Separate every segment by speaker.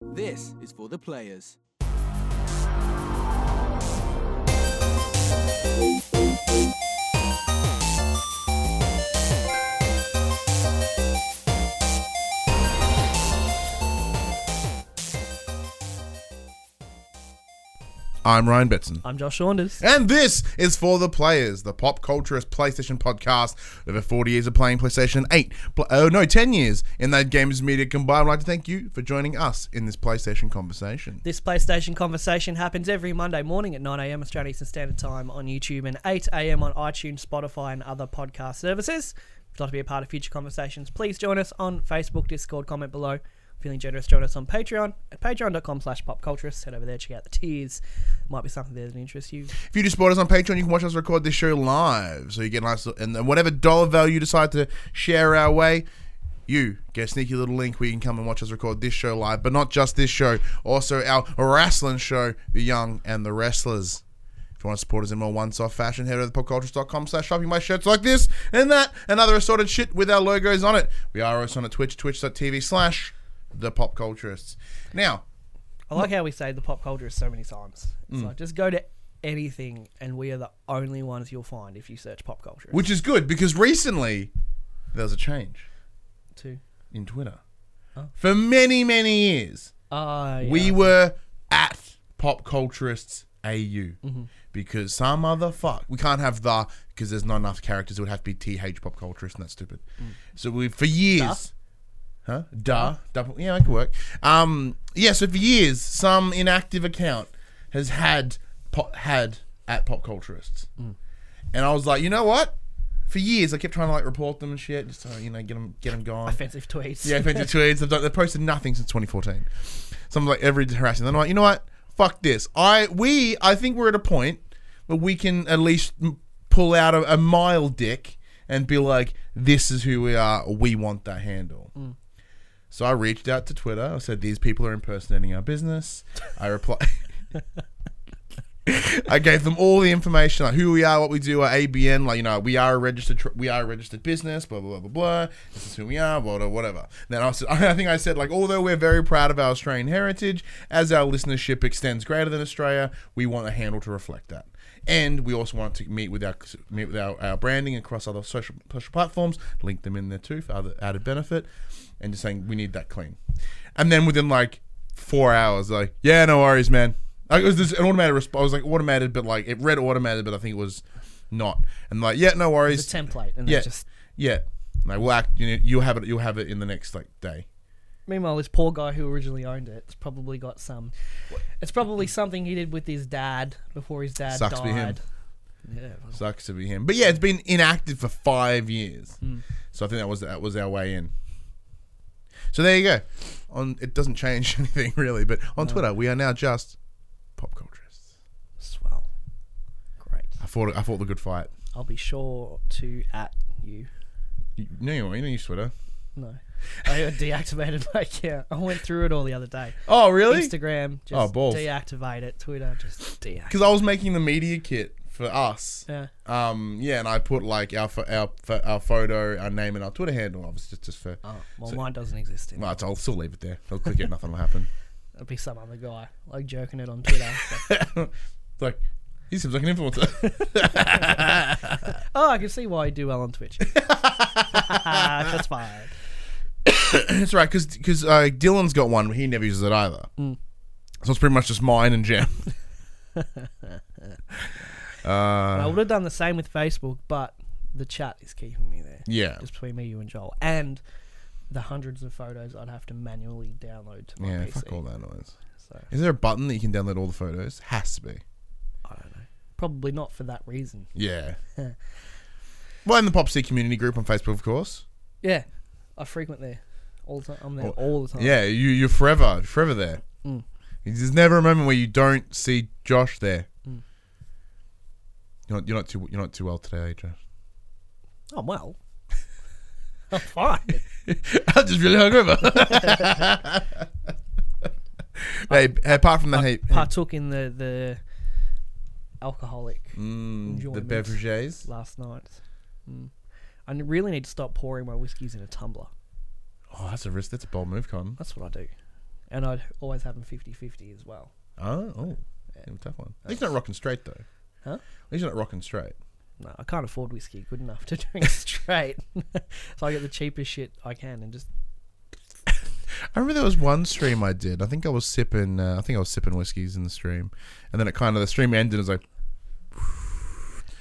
Speaker 1: This is for the players.
Speaker 2: I'm Ryan Betson.
Speaker 3: I'm Josh Saunders.
Speaker 2: And this is For the Players, the pop culturist PlayStation podcast. Over 40 years of playing PlayStation 8, pl- oh no, 10 years in that games media combined. I'd like to thank you for joining us in this PlayStation conversation.
Speaker 3: This PlayStation conversation happens every Monday morning at 9am Australian Eastern Standard Time on YouTube and 8am on iTunes, Spotify, and other podcast services. If you'd like to be a part of future conversations, please join us on Facebook, Discord, comment below. Feeling generous, join us on Patreon at patreon.com slash popculturist. Head over there, check out the tiers. Might be something there that interests you.
Speaker 2: If you do support us on Patreon, you can watch us record this show live. So you get nice, and then whatever dollar value you decide to share our way, you get a sneaky little link where you can come and watch us record this show live. But not just this show, also our wrestling show, The Young and the Wrestlers. If you want to support us in more one-off fashion, head over to popcultures.com slash shopping my shirts like this and that and other assorted shit with our logos on it. We are also on at Twitch, twitch.tv slash the pop culturists. Now,
Speaker 3: I like how we say the pop culture so many times.
Speaker 2: Mm.
Speaker 3: It's like, just go to anything and we are the only ones you'll find if you search pop culture.
Speaker 2: which is good because recently there was a change
Speaker 3: Two.
Speaker 2: in Twitter. For many, many years,
Speaker 3: Uh,
Speaker 2: we were at pop culturists AU because some other fuck we can't have the because there's not enough characters. It would have to be TH pop culturist, and that's stupid. So we for years, huh? Duh, double. Yeah, that could work. Um, yeah. So for years, some inactive account has had po- had at pop culturists, and I was like, you know what? For years, I kept trying to like report them and shit, just to, you know, get them get them gone.
Speaker 3: offensive tweets.
Speaker 2: Yeah, offensive tweets. They've, done, they've posted nothing since 2014. Something like every harassing. Then I'm like, you know what? Fuck this. I we I think we're at a point where we can at least m- pull out a, a mile dick and be like, this is who we are. We want that handle. So I reached out to Twitter. I said, these people are impersonating our business. I replied. I gave them all the information, like who we are, what we do, our ABN, like you know, we are a registered, tr- we are a registered business, blah blah blah blah blah. This is who we are, blah, blah, whatever. Then I, was, I think I said like, although we're very proud of our Australian heritage, as our listenership extends greater than Australia, we want a handle to reflect that, and we also want to meet with our meet with our, our branding across other social social platforms, link them in there too for other added benefit, and just saying we need that clean, and then within like four hours. Like, yeah, no worries, man. Like, it was this an automated response. I was like automated, but like it read automated, but I think it was not. And like, yeah, no
Speaker 3: The
Speaker 2: worries.
Speaker 3: template. And
Speaker 2: yeah,
Speaker 3: yeah. just
Speaker 2: yeah. Like, we'll act. You know, you'll have it. You'll have it in the next like day.
Speaker 3: Meanwhile, this poor guy who originally owned it, it's probably got some. It's probably something he did with his dad before his dad
Speaker 2: Sucks
Speaker 3: died.
Speaker 2: for him.
Speaker 3: Yeah. well,
Speaker 2: Sucks to be him, but yeah, it's been inactive for five years. So I think that was that was our way in. So there you go. On it doesn't change anything really, but on Twitter we are now just pop culturists.
Speaker 3: Swell. Great.
Speaker 2: I fought. I fought the good fight.
Speaker 3: I'll be sure to at you.
Speaker 2: You, no, you won't. You don't use Twitter.
Speaker 3: No. I deactivated my account. I went through it all the other day.
Speaker 2: Oh, really?
Speaker 3: Instagram,
Speaker 2: Oh,
Speaker 3: just
Speaker 2: balls.
Speaker 3: deactivate it. Twitter, just deactivate.
Speaker 2: because I was making the media kit for us.
Speaker 3: Yeah.
Speaker 2: Um. Yeah, and I put like our pho- our pho- our photo, our name, and our Twitter handle. Obviously, just just for.
Speaker 3: Oh, well, mine doesn't exist anymore.
Speaker 2: Well, it's- I'll still leave it there. I'll click it. Nothing will happen.
Speaker 3: It'll be some other guy, like joking it on Twitter. Like,
Speaker 2: It's like he seems like an influencer.
Speaker 3: oh, I can see why you do well on Twitch. That's
Speaker 2: Uh.
Speaker 3: fine.
Speaker 2: That's right. Because because uh, Dylan's got one. but He never uses it either.
Speaker 3: Hmm.
Speaker 2: So it's pretty much just mine and Uh, Jam.
Speaker 3: I would have done the same with Facebook, but the chat is keeping me there.
Speaker 2: Yeah.
Speaker 3: Just between me, you, and Joel. And the hundreds of photos I'd have to manually download to my
Speaker 2: Yeah.
Speaker 3: PC.
Speaker 2: Fuck all that noise.
Speaker 3: So
Speaker 2: Is there a button that you can download all the photos? Has to be.
Speaker 3: I don't know. Probably not for that reason.
Speaker 2: Yeah. well, in the Pop C community group on Facebook, of course.
Speaker 3: Yeah. I frequent there all the time. I'm there
Speaker 2: Oh,
Speaker 3: all the time. Hmm.
Speaker 2: Yeah, you you're forever forever there. There's never a moment where you don't see Josh there.
Speaker 3: Hmm.
Speaker 2: You're not you're not too you're not too well today, are you, Josh.
Speaker 3: Oh well. I'm fine.
Speaker 2: I'm just really hungover. hey, hey, apart from that, hey, hey,
Speaker 3: Partook in the the alcoholic
Speaker 2: mm, the
Speaker 3: enjoyment.
Speaker 2: beverages.
Speaker 3: last night. Mm. I n- really need to stop pouring my whiskies in a tumbler.
Speaker 2: Oh, that's a risk. That's a bold move, Con.
Speaker 3: That's what I do. and I'd always have them 50-50 as well.
Speaker 2: Oh, oh. Yeah, tough one. At least you're not rocking straight though.
Speaker 3: Huh?
Speaker 2: At least you're not rocking straight.
Speaker 3: No, I can't afford whiskey good enough to drink straight, so I get the cheapest shit I can and just
Speaker 2: I remember there was one stream I did. I think I was sipping. Uh, I think I was sipping whiskeys in the stream, and then it kind of the stream ended. and It was like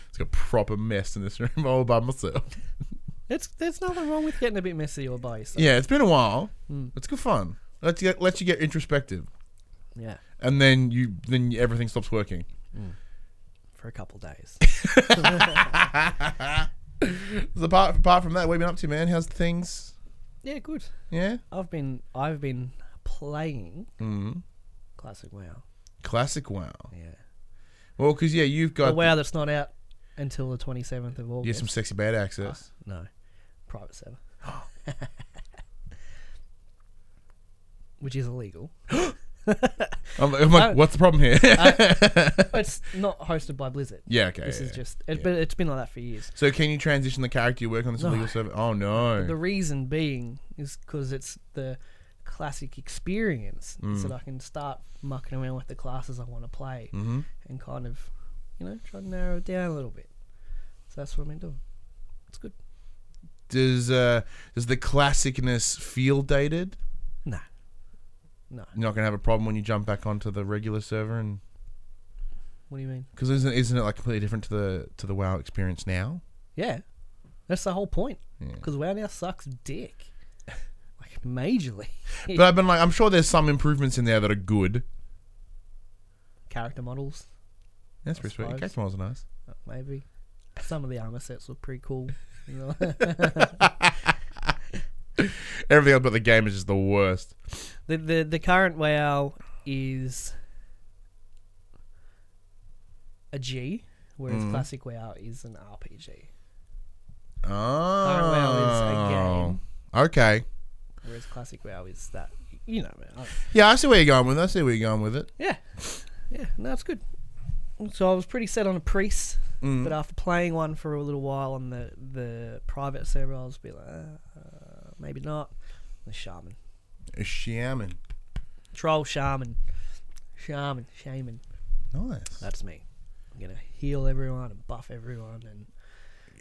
Speaker 2: it's like a proper mess in this room all by myself.
Speaker 3: it's there's nothing wrong with getting a bit messy or by yourself.
Speaker 2: Yeah, it's been a while. It's good fun. Let you get, let you get introspective,
Speaker 3: yeah,
Speaker 2: and then you then everything stops working.
Speaker 3: for a couple days.
Speaker 2: So apart apart from that, what have you been up to, man? How's things?
Speaker 3: yeah, good.
Speaker 2: Yeah,
Speaker 3: I've been I've been playing
Speaker 2: mm.
Speaker 3: classic WoW.
Speaker 2: classic WoW.
Speaker 3: Yeah,
Speaker 2: Well, because yeah, you've
Speaker 3: the
Speaker 2: got
Speaker 3: WoW that's not out until the twenty seventh of August.
Speaker 2: you have some sexy bad access.
Speaker 3: No, private server. Which is illegal.
Speaker 2: I'm, I'm like,
Speaker 3: Oh.
Speaker 2: what's the problem here?
Speaker 3: It's not hosted by Blizzard.
Speaker 2: yeah, okay.
Speaker 3: This
Speaker 2: yeah,
Speaker 3: is
Speaker 2: yeah.
Speaker 3: just, it, but it's been like that for years.
Speaker 2: So can you transition the character you work on this
Speaker 3: No.
Speaker 2: illegal server? Oh no.
Speaker 3: The reason being is because it's the classic experience,
Speaker 2: Mm.
Speaker 3: so that I can start mucking around with the classes I want to play
Speaker 2: Mm-hmm.
Speaker 3: and kind of, you know, try to narrow it down a little bit. So that's what I've been doing. It's good.
Speaker 2: does uh does the classicness feel dated?
Speaker 3: Nah, no.
Speaker 2: You're not gonna have a problem when you jump back onto the regular server and
Speaker 3: What do you mean?
Speaker 2: because isn't isn't it like completely different to the to the WoW experience now?
Speaker 3: Yeah, that's the whole point.
Speaker 2: Yeah.
Speaker 3: Because WoW now sucks dick, like majorly.
Speaker 2: But I've been like, I'm sure there's some improvements in there that are good.
Speaker 3: Character models,
Speaker 2: That's pretty sweet.
Speaker 3: suppose.
Speaker 2: Character models are nice.
Speaker 3: uh, maybe. Some of the armor sets were pretty cool. you know.
Speaker 2: Everything else but the game is just the worst.
Speaker 3: the, the the current WoW is a G, whereas classic WoW is an RPG.
Speaker 2: Oh,
Speaker 3: Current WoW is a game,
Speaker 2: okay.
Speaker 3: whereas classic WoW is that. You know, man. I-
Speaker 2: Yeah, I see where you're going with. it. I see where you're going with it.
Speaker 3: Yeah. Yeah, no, it's good. So I was pretty set on a priest,
Speaker 2: Mm.
Speaker 3: but after playing one for a little while on the, the private server, I was a bit like, uh, uh, maybe not. The shaman.
Speaker 2: A shaman,
Speaker 3: Troll shaman. Shaman. Shaman.
Speaker 2: nice.
Speaker 3: That's me. I'm going to heal everyone and buff everyone. And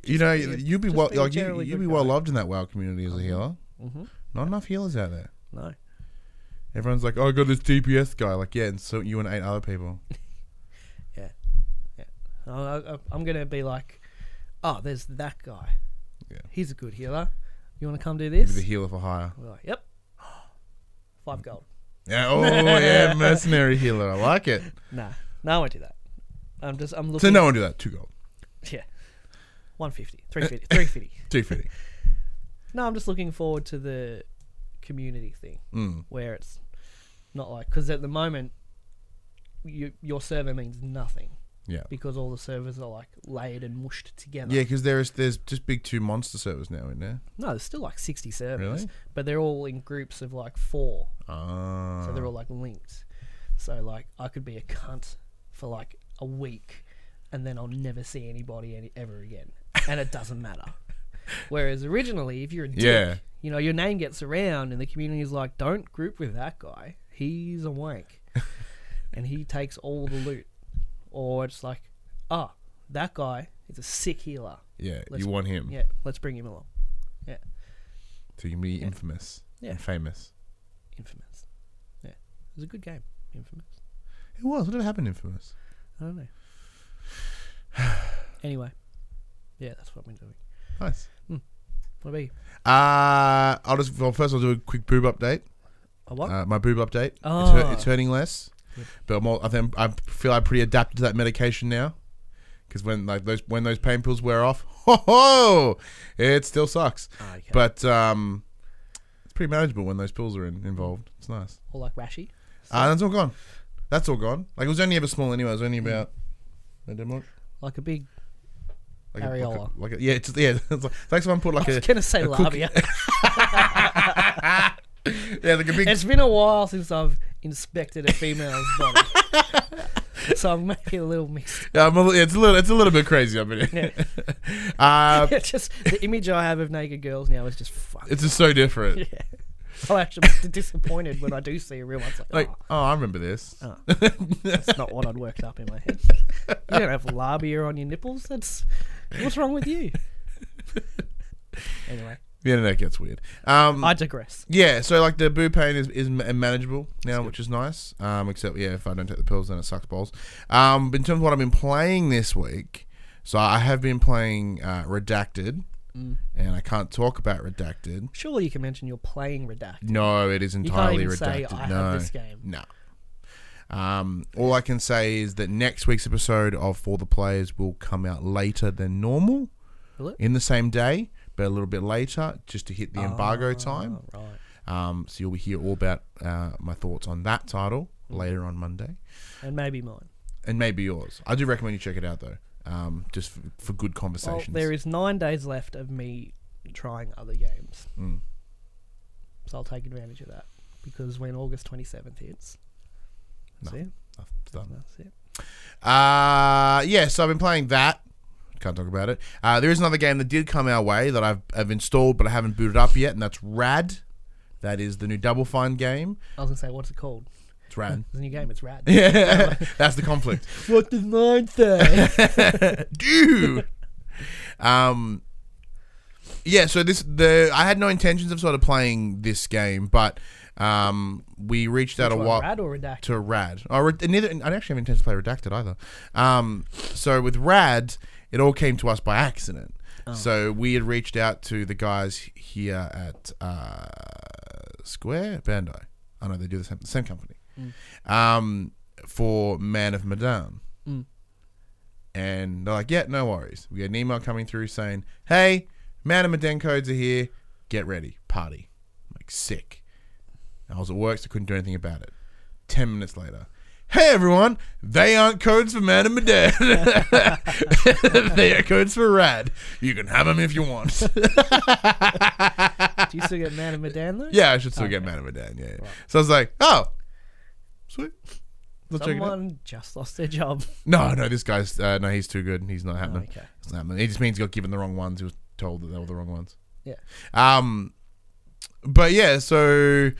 Speaker 2: you know,
Speaker 3: just-
Speaker 2: you'd be
Speaker 3: just
Speaker 2: well,
Speaker 3: being a
Speaker 2: like, you,
Speaker 3: generally
Speaker 2: you'd
Speaker 3: good
Speaker 2: be well
Speaker 3: guy.
Speaker 2: loved in that WoW community as a healer.
Speaker 3: Mhm.
Speaker 2: Not enough healers out there.
Speaker 3: no.
Speaker 2: Everyone's like, "Oh, I got this DPS guy." Like, yeah, and so you and eight other people.
Speaker 3: I, I, I'm going to be like, oh, there's that guy.
Speaker 2: Yeah.
Speaker 3: He's a good healer. You want to come do
Speaker 2: You'd be
Speaker 3: this?
Speaker 2: the Mm. healer for hire.
Speaker 3: We're like, yep. Five gold.
Speaker 2: Yeah, oh yeah, mercenary healer. I like it.
Speaker 3: Nah, no, I won't do that. I'm just, I'm looking.
Speaker 2: So no one do that. Two gold,
Speaker 3: Yeah. 150,
Speaker 2: Uh,
Speaker 3: 350, 350.
Speaker 2: two fifty.
Speaker 3: No, I'm just looking forward to the community thing
Speaker 2: Mm.
Speaker 3: where it's not like because at the moment you, your server means nothing
Speaker 2: Yeah,
Speaker 3: because all the servers are like layered and mushed together.
Speaker 2: yeah, because there's there's just big two monster servers now, isn't there?
Speaker 3: No, there's still like 60 servers,
Speaker 2: Really?
Speaker 3: but they're all in groups of like four,
Speaker 2: Ah,
Speaker 3: so they're all like linked. So like I could be a cunt for like a week, and then I'll never see anybody any, ever again, and it doesn't matter. Whereas originally, if you're a dick,
Speaker 2: Yeah.
Speaker 3: you know your name gets around, and the community is like, "Don't group with that guy. He's a wank, and he takes all the loot." Or it's like, "Ah, that guy is a sick healer.
Speaker 2: yeah.
Speaker 3: Let's-
Speaker 2: you want him,
Speaker 3: Yeah, let's bring him along."
Speaker 2: so you can be infamous,
Speaker 3: Yeah.
Speaker 2: and famous.
Speaker 3: Infamous. Yeah, it was a good game. Infamous.
Speaker 2: It was. What happened, to infamous?
Speaker 3: I don't know. anyway, yeah, that's what I've been doing.
Speaker 2: Nice.
Speaker 3: What about you?
Speaker 2: Uh, I'll just well first I'll do a quick boob update.
Speaker 3: A what?
Speaker 2: Uh, my boob update. It's,
Speaker 3: Ah.
Speaker 2: hurt, it's hurting less, but I'm all, I think I feel I'm pretty adapted to that medication now. Because when like those when those pain pills wear off, ho ho, it still sucks.
Speaker 3: Ah, okay.
Speaker 2: But um, it's pretty manageable when those pills are in, involved. It's nice.
Speaker 3: or like Rashi?
Speaker 2: Uh, that's all gone. That's all gone. Like it was only ever small anyway. It was only about. I did much.
Speaker 3: Like a big.
Speaker 2: Like a- like a-
Speaker 3: Areola.
Speaker 2: Like a, yeah, it's, yeah. It's like, it's like someone put like
Speaker 3: I
Speaker 2: a
Speaker 3: was gonna say
Speaker 2: a cookie-
Speaker 3: labia.
Speaker 2: yeah, like a big
Speaker 3: it's been a while since I've inspected a female's body, so I'm maybe a little mixed.
Speaker 2: Yeah, I'm a, li- it's a little, it's a little bit crazy Uh, up in here. uh,
Speaker 3: It's just the image I have of naked girls now is just fuck.
Speaker 2: it's just so different.
Speaker 3: Yeah. I'll actually be disappointed when I do see a real one. It's like,
Speaker 2: Like,
Speaker 3: "Oh,
Speaker 2: oh, I remember this.
Speaker 3: Ah. that's not what I'd worked up in my head. You don't have labia on your nipples. That's what's wrong with you. Anyway,
Speaker 2: The internet gets weird. Um,
Speaker 3: I digress.
Speaker 2: yeah, so like the boo pain is, is ma- manageable now, which is nice. Um, except yeah, if I don't take the pills, then it sucks balls. Um, but in terms of what I've been playing this week, so I have been playing uh, Redacted,
Speaker 3: Mm.
Speaker 2: and I can't talk about Redacted.
Speaker 3: Surely you can mention you're playing Redact.
Speaker 2: No, it is
Speaker 3: can't
Speaker 2: entirely
Speaker 3: even say,
Speaker 2: redacted.
Speaker 3: "I have
Speaker 2: no,
Speaker 3: this game."
Speaker 2: no. Um, all I can say is that next week's episode of For the Players will come out later than normal,
Speaker 3: Will it?
Speaker 2: in the same day, but a little bit later, just to hit the
Speaker 3: Oh.
Speaker 2: embargo time.
Speaker 3: Right.
Speaker 2: Um, so you'll hear all about uh, my thoughts on that title later on Monday,
Speaker 3: And maybe mine.
Speaker 2: and maybe yours. I do recommend you check it out though, um, just for, for good
Speaker 3: Well,
Speaker 2: conversations.
Speaker 3: Oh, there is nine days left of me trying other games.
Speaker 2: Mm.
Speaker 3: So I'll take advantage of that. Because when August 27th hits, that's
Speaker 2: No.
Speaker 3: it.
Speaker 2: I've done
Speaker 3: That's it.
Speaker 2: Uh, yeah, so I've been playing that. Can't talk about it. Uh, there is another game that did come our way that I've, I've installed but I haven't booted up yet, and that's Rad. That is the new Double Fine game.
Speaker 3: I was going to say, what's it called?
Speaker 2: It's Rad.
Speaker 3: It's a new game. It's rad.
Speaker 2: Yeah, that's the conflict.
Speaker 3: What does mine say?
Speaker 2: Dude. Um, yeah, so this the I had no intentions of sort of playing this game, but um, we reached out a
Speaker 3: Which one,
Speaker 2: while.
Speaker 3: Rad or redacted?
Speaker 2: to Rad. Or re- and neither, and I don't actually have intention to play Redacted either. Um, so with Rad, it all came to us by accident. So we had reached out to the guys here at uh, Square Bandai. I know they do the same, same company um, for Man of Medan. And they're like, yeah, no worries. We had an email coming through saying, hey, Man of Medan codes are here. Get ready. Party. I'm like, sick. I was at work, so I couldn't do anything about it. Ten minutes later, hey everyone, they aren't codes for man and my dad. they are codes for rad. You can have them if you want.
Speaker 3: Do you still get Man of Medan though?
Speaker 2: yeah, I should still get man and my dad. Yeah. yeah. So I was like, oh, sweet. Let's check it out.
Speaker 3: Someone just lost their job.
Speaker 2: No, no, this guy's uh, no, he's too good. He's not happening.
Speaker 3: okay.
Speaker 2: It's not happening. He just means he got given the wrong ones. He was told that they were the wrong ones.
Speaker 3: Yeah.
Speaker 2: Um, but yeah, so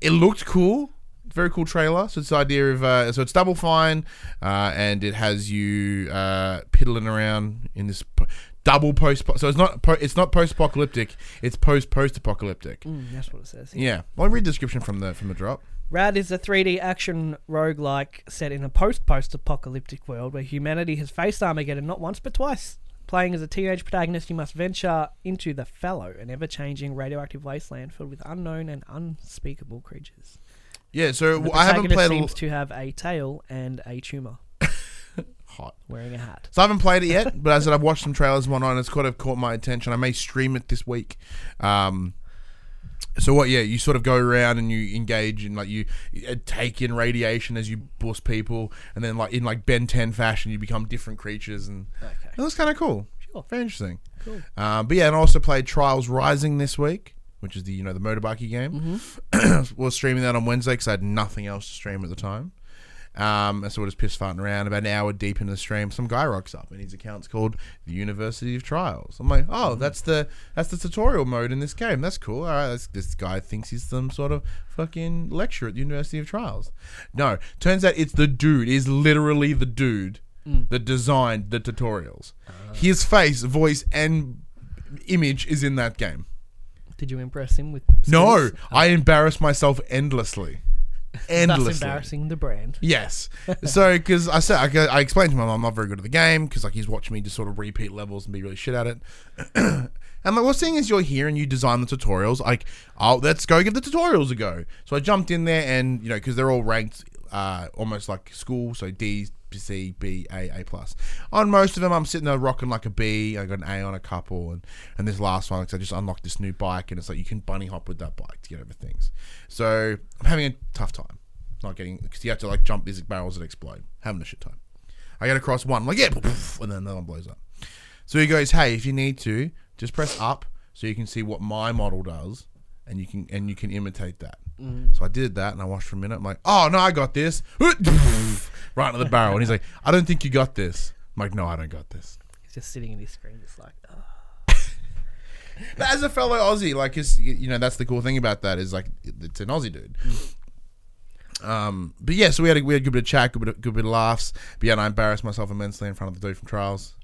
Speaker 2: it looked cool. Very cool trailer. So it's the idea of uh, so it's Double Fine, uh, and it has you uh, piddling around in this po- double post. So it's not po- it's not post apocalyptic. It's post post apocalyptic.
Speaker 3: Mm, that's what it says. here.
Speaker 2: Yeah. Well, I read the description from the from the drop.
Speaker 3: Rad is a 3D action roguelike set in a post post apocalyptic world where humanity has faced Armageddon not once but twice. Playing as a teenage protagonist, you must venture into the fallow, an ever changing radioactive wasteland filled with unknown and unspeakable creatures.
Speaker 2: Yeah. So
Speaker 3: The
Speaker 2: I haven't played.
Speaker 3: protagonist seems
Speaker 2: A,
Speaker 3: to have a tail and a tumor,
Speaker 2: hot.
Speaker 3: wearing a hat.
Speaker 2: So I haven't played it yet, but as I said, I've watched some trailers and whatnot, and it's kind of caught my attention. I may stream it this week. Um, so what? Yeah, you sort of go around and you engage and like you uh, take in radiation as you bust people, and then like in like Ben Ten fashion, you become different creatures, and
Speaker 3: Okay.
Speaker 2: that was kind of cool.
Speaker 3: Sure.
Speaker 2: very interesting.
Speaker 3: Cool.
Speaker 2: Um, but yeah, and I also played Trials Rising this week, which is the you know the motorbike game.
Speaker 3: Mm-hmm.
Speaker 2: was streaming that on Wednesday because I had nothing else to stream at the time. Um, and so we're just piss farting around. About an hour deep into the stream, some guy rocks up and his account's called the University of Trials. I'm like, oh, that's the that's the tutorial mode in this game. That's cool. All right, that's, this guy thinks he's some sort of fucking lecturer at the University of Trials. No, turns out it's the dude. Is literally the dude that designed the tutorials. His face, voice, and image is in that game.
Speaker 3: Did you impress him with.
Speaker 2: No,
Speaker 3: skills?
Speaker 2: I embarrass myself endlessly. Endlessly.
Speaker 3: Thus embarrassing the brand.
Speaker 2: Yes. So, because I said, I, I explained to my mum I'm not very good at the game because like he's watched me just sort of repeat levels and be really shit at it. and like, well, seeing as you're here and you design the tutorials, like, oh, let's go give the tutorials a go. So I jumped in there and you know because they're all ranked uh, almost like school, so D, C, B, A, A plus. On most of them, I'm sitting there rocking like a B. I got an A on a couple, and and this last one, 'cause I just unlocked this new bike, and it's like you can bunny hop with that bike to get over things. So I'm having a tough time not getting because you have to like jump these barrels that explode. Having a shit time. I get across one, like yeah, poof, and then another one blows up. So he goes, hey, if you need to, just press up so you can see what my model does, and you can and you can imitate that. So I did that, and I watched for a minute. I'm like, oh no, I got this. right into the barrel, and he's like, I don't think you got this. I'm like, no, I don't got this.
Speaker 3: He's just sitting in his screen, just like, oh.
Speaker 2: But as a fellow Aussie, like, 'cause, y you know, that's the cool thing about that is like, it- it's an Aussie dude. Um, but yeah, so we had a, we had a good bit of chat, good bit of, good bit of laughs. But yeah, and I embarrassed myself immensely in front of the dude from Trials.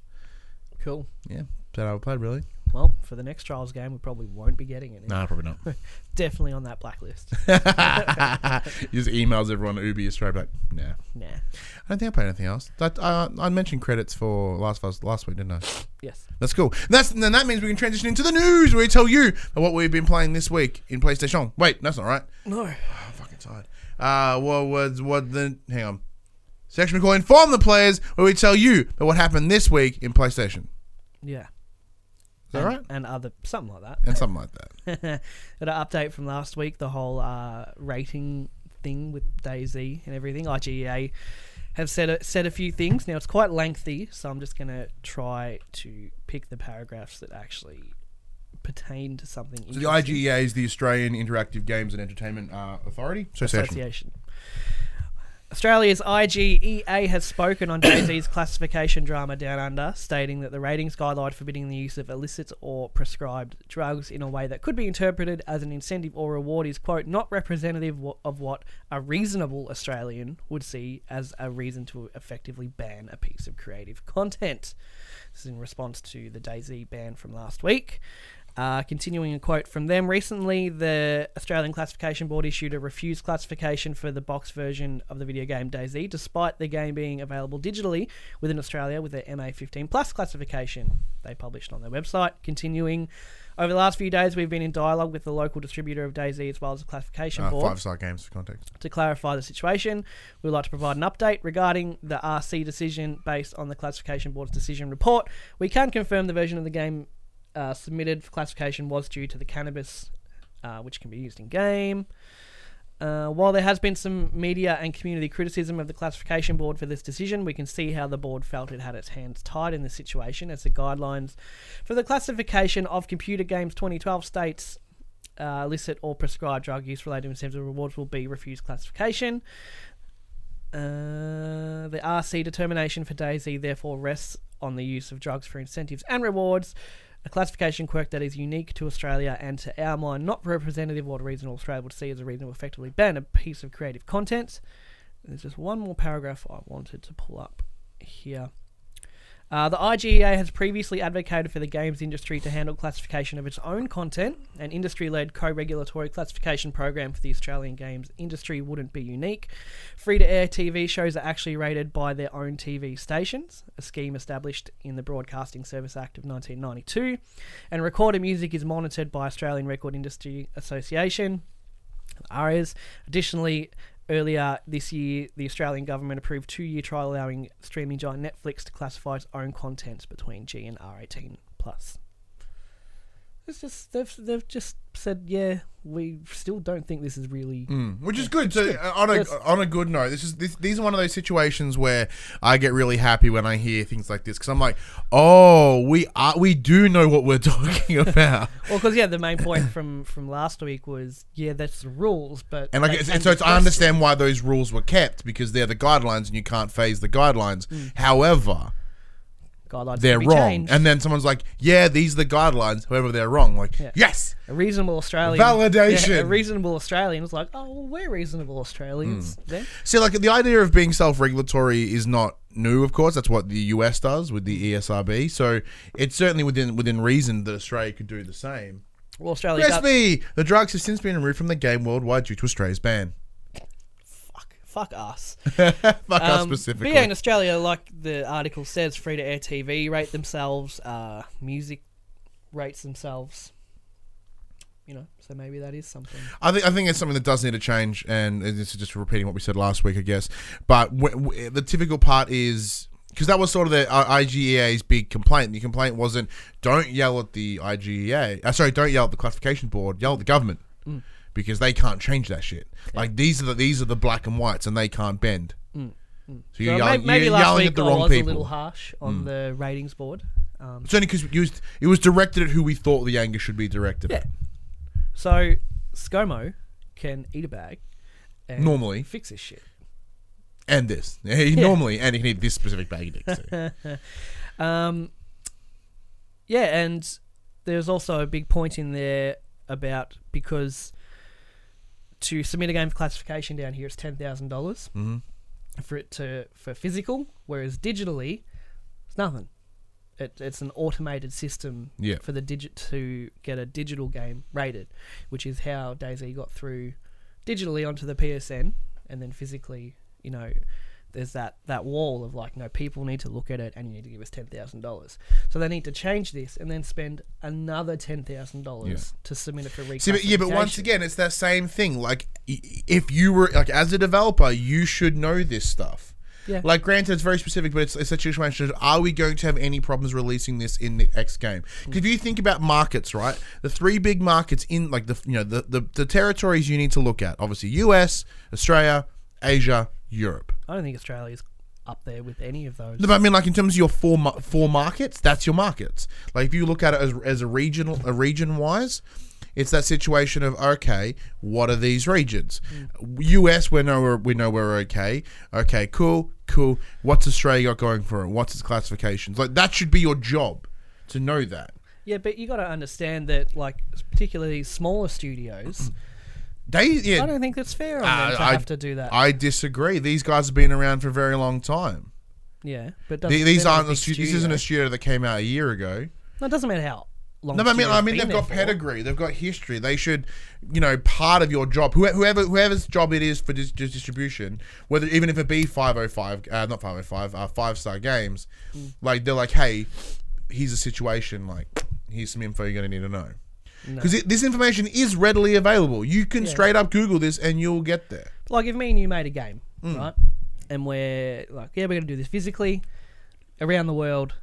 Speaker 3: Cool.
Speaker 2: Yeah, that I played really.
Speaker 3: Well, for the next trials game, we probably won't be getting any.
Speaker 2: No, probably not.
Speaker 3: Definitely on that blacklist.
Speaker 2: he just emails everyone Ubi Australia like, nah.
Speaker 3: nah.
Speaker 2: I don't think I played anything else. That uh, I mentioned credits for Last of Us last week, didn't I?
Speaker 3: Yes.
Speaker 2: That's cool. And that's then that means we can transition into the news where we tell you what we've been playing this week in PlayStation. Wait, that's not right.
Speaker 3: No.
Speaker 2: I'm fucking tired. Uh, what was what the? Hang on. Section we call inform the players where we tell you about what happened this week in PlayStation.
Speaker 3: Yeah.
Speaker 2: Is that
Speaker 3: and,
Speaker 2: right?
Speaker 3: And other something like that.
Speaker 2: And something like that.
Speaker 3: Got an update from last week. The whole uh, rating thing with Daisy and everything. IGEA have said a, said a few things. Now it's quite lengthy, so I'm just gonna try to pick the paragraphs that actually pertain to something.
Speaker 2: So the
Speaker 3: interesting.
Speaker 2: IGEA is the Australian Interactive Games and Entertainment uh, Authority Association.
Speaker 3: Association. Australia's IGEA has spoken on Daisy's classification drama Down Under, stating that the ratings guideline forbidding the use of illicit or prescribed drugs in a way that could be interpreted as an incentive or reward is, quote, not representative w- of what a reasonable Australian would see as a reason to effectively ban a piece of creative content. This is in response to the Daisy ban from last week. Uh, continuing a quote from them recently, the Australian Classification Board issued a refused classification for the box version of the video game DayZ, despite the game being available digitally within Australia with their MA15 Plus classification they published on their website. Continuing, over the last few days, we've been in dialogue with the local distributor of DayZ as well as the classification
Speaker 2: Uh,
Speaker 3: board
Speaker 2: five star games for context.
Speaker 3: to clarify the situation, we'd like to provide an update regarding the RC decision based on the Classification Board's decision report. We can confirm the version of the game uh, submitted for classification was due to the cannabis, uh, which can be used in game. Uh, while there has been some media and community criticism of the classification board for this decision, we can see how the board felt it had its hands tied in this situation, as the guidelines for the classification of computer games 2012 states uh, illicit or prescribed drug use related incentives or rewards will be refused classification. Uh, the RC determination for Daisy therefore rests on the use of drugs for incentives and rewards, a classification quirk that is unique to Australia and to our mind, not representative of what a reasonable Australia would see as a reason to effectively ban a piece of creative content. There's just one more paragraph I wanted to pull up here. Uh, the IGEA has previously advocated for the games industry to handle classification of its own content. An industry led co regulatory classification program for the Australian games industry wouldn't be unique. Free to air TV shows are actually rated by their own TV stations, a scheme established in the Broadcasting Service Act of 1992. And recorded music is monitored by Australian Record Industry Association, ARIAs. Additionally, earlier this year, the Australian government approved two-year trial allowing streaming giant Netflix to classify its own content between G and R18 plus. It's just they've they've just said yeah we still don't think this is really
Speaker 2: Mm, which is good. So uh, on a
Speaker 3: Yes.
Speaker 2: on a good note, this is this, these are one of those situations where I get really happy when I hear things like this because I'm like, oh, we are we do know what we're talking about,
Speaker 3: well because yeah the main point from from last week was yeah that's the rules but
Speaker 2: and like,
Speaker 3: they
Speaker 2: it's,
Speaker 3: can
Speaker 2: and so it's, I
Speaker 3: discuss
Speaker 2: understand why those rules were kept because they're the guidelines and you can't phase the guidelines. However,
Speaker 3: guidelines
Speaker 2: they're
Speaker 3: can Mm. be
Speaker 2: wrong,
Speaker 3: changed.
Speaker 2: and then someone's like, yeah, these are the guidelines. However, they're wrong. Like,
Speaker 3: Yeah.
Speaker 2: yes,
Speaker 3: a reasonable Australian
Speaker 2: Validation.
Speaker 3: yeah, a reasonable Australian was like oh well, we're reasonable
Speaker 2: Hmm.
Speaker 3: Australians then
Speaker 2: See, like the idea of being self-regulatory is not new. Of course, that's what the US does with the E ESRB. So it's certainly within within reason that Australia could do the same.
Speaker 3: well Australia does-
Speaker 2: Crispy, the drugs have since been removed from the game worldwide due to Australia's ban.
Speaker 3: fuck fuck us
Speaker 2: Fuck us
Speaker 3: Um,
Speaker 2: specifically.
Speaker 3: But yeah, in Australia, like the article says, free to air TV rate themselves, uh, music rates themselves. You know, so maybe that is something.
Speaker 2: I think I think it's something that does need to change, and this is just repeating what we said last week, I guess. But w- w- the typical part is because that was sort of the uh, I- IGEA's big complaint. The complaint wasn't don't yell at the IGEA. Uh, sorry, don't yell at the classification board. Yell at the government
Speaker 3: Mm.
Speaker 2: because they can't change that shit. Like these are the these are the black and whites, and they can't bend. So you're,
Speaker 3: Well,
Speaker 2: yell-
Speaker 3: Mm. may- maybe
Speaker 2: you're
Speaker 3: last
Speaker 2: yelling
Speaker 3: week
Speaker 2: at the
Speaker 3: I
Speaker 2: wrong
Speaker 3: was a little
Speaker 2: people. Hmm.
Speaker 3: harsh on the ratings board. Um,
Speaker 2: It's only because used it was directed at who we thought the anger should be directed at.
Speaker 3: so ScoMo can eat a bag and
Speaker 2: Normally.
Speaker 3: fix this shit.
Speaker 2: And this, he normally, and he can eat this specific bag of dicks. too.
Speaker 3: Um, yeah, and there's also a big point in there about because to submit a game for classification down here, it's ten dollars
Speaker 2: Mm-hmm.
Speaker 3: for it to for physical, whereas digitally, it's nothing. It, it's an automated system
Speaker 2: Yeah.
Speaker 3: for the digit to get a digital game rated, which is how Daisy got through digitally onto the PSN, and then physically, you know, there's that that wall of like, no, people need to look at it, and you need to give us ten thousand dollars. So they need to change this, and then spend another ten thousand dollars to submit it for reclassification.
Speaker 2: See, but, yeah, but once again, it's that same thing. Like, i- if you were like as a developer, you should know this stuff.
Speaker 3: Yeah.
Speaker 2: Like, granted, it's very specific, but it's, it's such a situation. of, Are we going to have any problems releasing this in the X game? 'Cause if you think about markets, right, the three big markets in like the you know the, the the territories you need to look at, obviously, U.S., Australia, Asia, Europe.
Speaker 3: I don't think Australia's up there with any of those.
Speaker 2: No, but I mean, like in terms of your four mar- four markets, that's your markets. Like if you look at it as, as a regional, a region wise, it's that situation of okay, what are these regions?
Speaker 3: Mm.
Speaker 2: U.S. we know we're, we know we're okay. Okay, cool, cool. What's Australia got going for it? What's its classifications? Like that should be your job to know that.
Speaker 3: Yeah, but you got to understand that, like particularly smaller studios,
Speaker 2: They
Speaker 3: I
Speaker 2: yeah,
Speaker 3: don't think that's fair on
Speaker 2: Uh,
Speaker 3: them to
Speaker 2: I-
Speaker 3: have to do that.
Speaker 2: I disagree. These guys have been around for a very long time.
Speaker 3: yeah, but
Speaker 2: The-
Speaker 3: doesn't-
Speaker 2: These
Speaker 3: they're not
Speaker 2: aren't
Speaker 3: a
Speaker 2: the
Speaker 3: big
Speaker 2: stu- this isn't a studio that came out a year ago.
Speaker 3: No, it doesn't matter how long.
Speaker 2: No, but I mean,
Speaker 3: studio's
Speaker 2: I mean,
Speaker 3: been
Speaker 2: they've got
Speaker 3: there for.
Speaker 2: pedigree, they've got history. They should, you know, part of your job, whoe- whoever whoever's job it is for dis- dis- distribution, whether even if it be five hundred five, uh, not five hundred five, uh, five star games,
Speaker 3: Mm.
Speaker 2: like they're like, hey, here's a situation, like here's some info you're gonna need to know, because this information is readily available. You can straight up Google this and you'll get there.
Speaker 3: Like if me and you made a game,
Speaker 2: Hmm.
Speaker 3: right? And we're like, yeah, we're gonna do this physically around the world.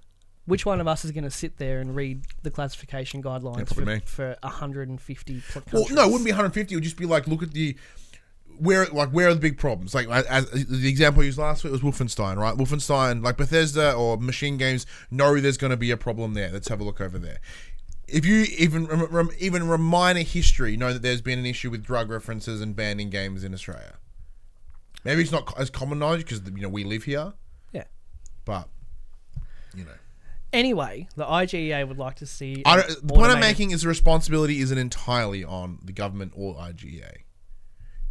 Speaker 3: Which one of us is going to sit there and read the classification guidelines
Speaker 2: probably me.
Speaker 3: for, for 150 pl-
Speaker 2: Well,
Speaker 3: countries?
Speaker 2: no, it wouldn't be 150. It would just be like, look at the where, like, where are the big problems? Like, as, as the example I used last week was Wolfenstein, right? Wolfenstein, like Bethesda or Machine Games, know there's going to be a problem there. Let's have a look over there. If you even rem, rem, even reminder history, know that there's been an issue with drug references and banning games in Australia. Maybe it's not co- as common knowledge because you know we live here,
Speaker 3: Yeah.
Speaker 2: but you know.
Speaker 3: Anyway, the IGEA would like to see.
Speaker 2: I
Speaker 3: an
Speaker 2: don't, the point I'm
Speaker 3: automated-
Speaker 2: making is the responsibility isn't entirely on the government or IGA.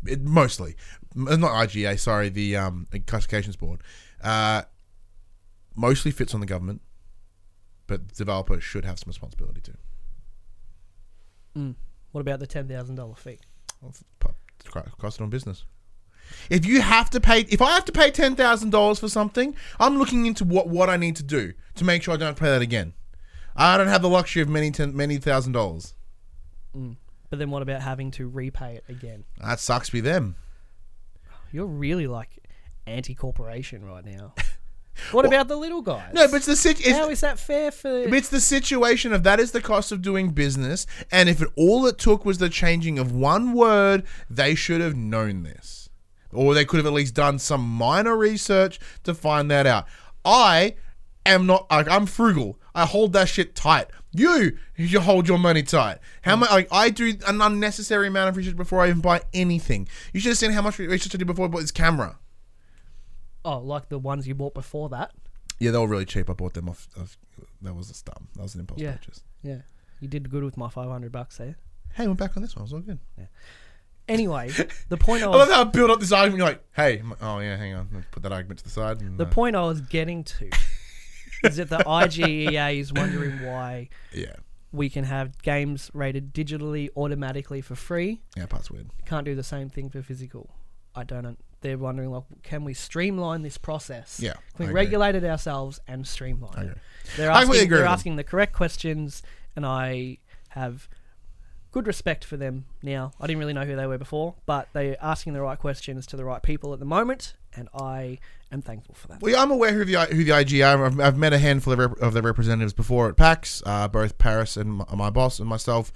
Speaker 2: It, mostly, M- not IGA. Sorry, the um, classifications board. Uh, mostly fits on the government, but the developer should have some responsibility too.
Speaker 3: What about the $10,000 fee?
Speaker 2: Well, it's p- it's cro- Cost it on business. If you have to pay, if I have to pay ten thousand dollars for something, I'm looking into what what I need to do to make sure I don't pay that again. I don't have the luxury of many ten, many thousand dollars.
Speaker 3: But then what about having to repay it again?
Speaker 2: That sucks to be them.
Speaker 3: You're really like anti corporation right now. What about the little guys?
Speaker 2: No, but it's the sit- it's,
Speaker 3: how is that fair for?
Speaker 2: it's the situation of that is the cost of doing business, and if it, all it took was the changing of one word, they should have known this, or they could have at least done some minor research to find that out. I am not. Like, I'm frugal. I hold that shit tight. You, you hold your money tight. How much? Like, I do an unnecessary amount of research before I even buy anything. You should have seen how much research I did before I bought this camera.
Speaker 3: oh, like the ones you bought before that.
Speaker 2: Yeah, they were really cheap. I bought them off. off that was a stump. That was an impulse
Speaker 3: Yeah.
Speaker 2: purchase.
Speaker 3: Yeah, you did good with my five hundred bucks there.
Speaker 2: Hey, we're back on this one. It's all good.
Speaker 3: Anyway, the point I
Speaker 2: I love
Speaker 3: was,
Speaker 2: how I build up this argument. You're like, hey, I'm like, oh yeah, hang on, Let's put that argument to the side. And,
Speaker 3: the
Speaker 2: uh,
Speaker 3: point I was getting to is that the IGEA is wondering why
Speaker 2: yeah,
Speaker 3: we can have games rated digitally automatically for free.
Speaker 2: yeah, part's weird.
Speaker 3: Can't do the same thing for physical. I don't. un- They're wondering like, can we streamline this process?
Speaker 2: Yeah,
Speaker 3: Can
Speaker 2: I
Speaker 3: we
Speaker 2: agree.
Speaker 3: regulate it oourselves and streamline it?
Speaker 2: agree.
Speaker 3: They're
Speaker 2: I completely
Speaker 3: asking,
Speaker 2: agree
Speaker 3: they're
Speaker 2: with them.
Speaker 3: asking the correct questions, and I have good respect for them now. I didn't really know who they were before, but they're asking the right questions to the right people at the moment, and I am thankful for that.
Speaker 2: Well, yeah, I'm aware who the I- who the IG are. I've, I've met a handful of, rep- of their representatives before at PAX. Uh, both Paris and my, my boss and myself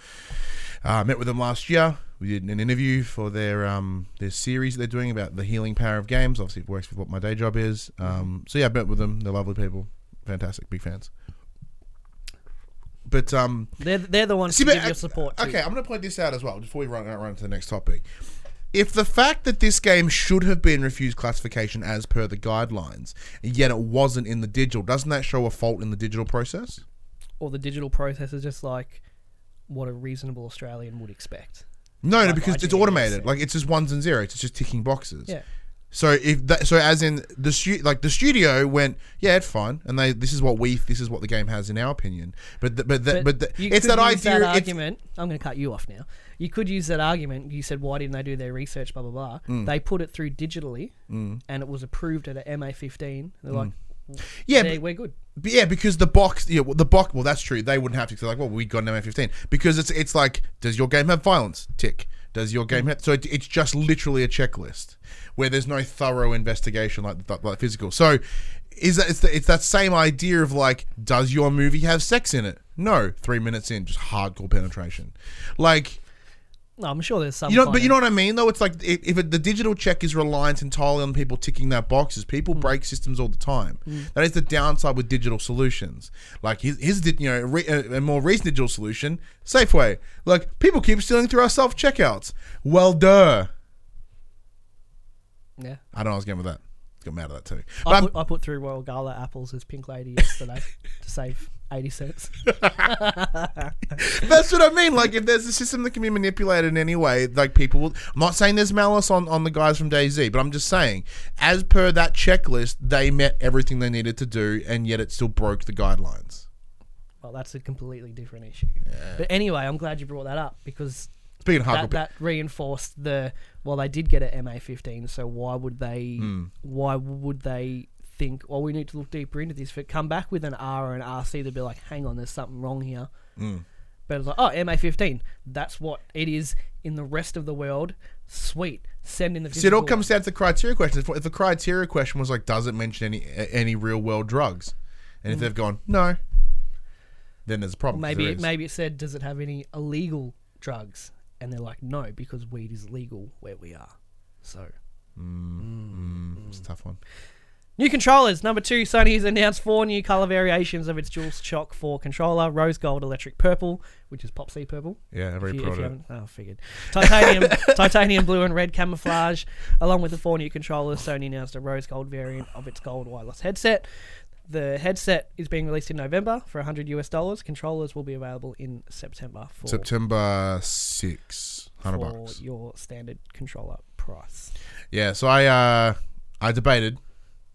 Speaker 2: uh, met with them last year. We did an interview for their um, their series that they're doing about the healing power of games. Obviously, it works with what my day job is. Um, so yeah, I met with them. They're lovely people, fantastic, big fans. But um,
Speaker 3: They're, they're the ones
Speaker 2: See,
Speaker 3: to
Speaker 2: but,
Speaker 3: give
Speaker 2: uh,
Speaker 3: your support. to.
Speaker 2: Okay, I'm going to point this out as well before we run, run to the next topic. If the fact that this game should have been refused classification as per the guidelines, yet it wasn't in the digital, doesn't that show a fault in the digital process?
Speaker 3: or the digital process is just like what a reasonable Australian would expect.
Speaker 2: No, no,
Speaker 3: Like
Speaker 2: because it's
Speaker 3: IGN,
Speaker 2: automated.
Speaker 3: yes.
Speaker 2: Like it's just ones and zeros. It's just ticking boxes.
Speaker 3: Yeah.
Speaker 2: So if that, so as in the stu- like the studio went, yeah, it's fine, and they this is what we this is what the game has in our opinion. But the, but the, but, the,
Speaker 3: you
Speaker 2: it's
Speaker 3: could
Speaker 2: that
Speaker 3: use
Speaker 2: idea.
Speaker 3: That
Speaker 2: it's,
Speaker 3: argument. I'm going to cut you off now. You could use that argument. You said, why didn't they do their research? Blah blah blah.
Speaker 2: Mm.
Speaker 3: They put it through digitally, and it was approved at a MA 15. They're like,
Speaker 2: Mm. yeah,
Speaker 3: "Yeah,
Speaker 2: but-
Speaker 3: we're good."
Speaker 2: But yeah, because the box, yeah, well, the box. Well, that's true. They wouldn't have to. 'cause They're like, well, we got an MA15 because it's it's like, does your game have violence? Tick. Does your game have? So it, it's just literally a checklist where there's no thorough investigation like the- like physical. So is that it's, the, it's that same idea of like, does your movie have sex in it? No, three minutes in, just hardcore penetration, like.
Speaker 3: No, I'm sure there's some.
Speaker 2: You know,
Speaker 3: kind
Speaker 2: but you
Speaker 3: of-
Speaker 2: know what I mean, though. It's like if, if it, the digital check is reliant entirely on people ticking that boxes, people break systems all the time. That is the downside with digital solutions. Like his, his di- you know, re, a, a more recent digital solution, Safeway. Like people keep stealing through our self checkouts. Well, duh.
Speaker 3: Yeah.
Speaker 2: I don't know. I was going with that. Got mad at that too. But
Speaker 3: I
Speaker 2: I'm-
Speaker 3: put, I put through Royal Gala apples as Pink Lady yesterday to save 80 cents.
Speaker 2: That's what I mean. Like, if there's a system that can be manipulated in any way, like people will. I'm not saying there's malice on, on the guys from DayZ, but I'm just saying, as per that checklist, they met everything they needed to do, and yet it still broke the guidelines.
Speaker 3: Well, that's a completely different issue. But anyway, I'm glad you brought that up because
Speaker 2: Speaking of
Speaker 3: that,
Speaker 2: hardcore,
Speaker 3: that reinforced the well, they did get a MA 15, so why would they?
Speaker 2: Hmm.
Speaker 3: Why would they think? Well, we need to look deeper into this. If it come back with an R or an RC, they'd be like, "Hang on, there's something wrong here."
Speaker 2: Hmm.
Speaker 3: But it's like, oh, MA 15. That's what it is in the rest of the world. Sweet. Send in the.
Speaker 2: so it all
Speaker 3: physical
Speaker 2: comes down to the criteria question. If, if the criteria question was like, does it mention any a- any real world drugs? And if they've gone no, then there's a problem. 'cause
Speaker 3: Mm. Maybe
Speaker 2: there
Speaker 3: it,
Speaker 2: is.
Speaker 3: maybe it said, does it have any illegal drugs? And they're like, no, because weed is legal where we are. So
Speaker 2: it's a tough one.
Speaker 3: new controllers number two, Sony has announced four new color variations of its DualShock 4 controller: rose gold, electric purple, which is popsy purple.
Speaker 2: Yeah, very
Speaker 3: If you-
Speaker 2: proud
Speaker 3: if
Speaker 2: of
Speaker 3: you
Speaker 2: it.
Speaker 3: haven't- oh, figured. Titanium, titanium blue, and red camouflage, along with the four new controllers, Sony announced a rose gold variant of its gold wireless headset. The headset is being released in November for 100 US dollars. Controllers will be available in September for
Speaker 2: September 6, 100
Speaker 3: for
Speaker 2: bucks.
Speaker 3: your standard controller price.
Speaker 2: Yeah, so I uh I debated.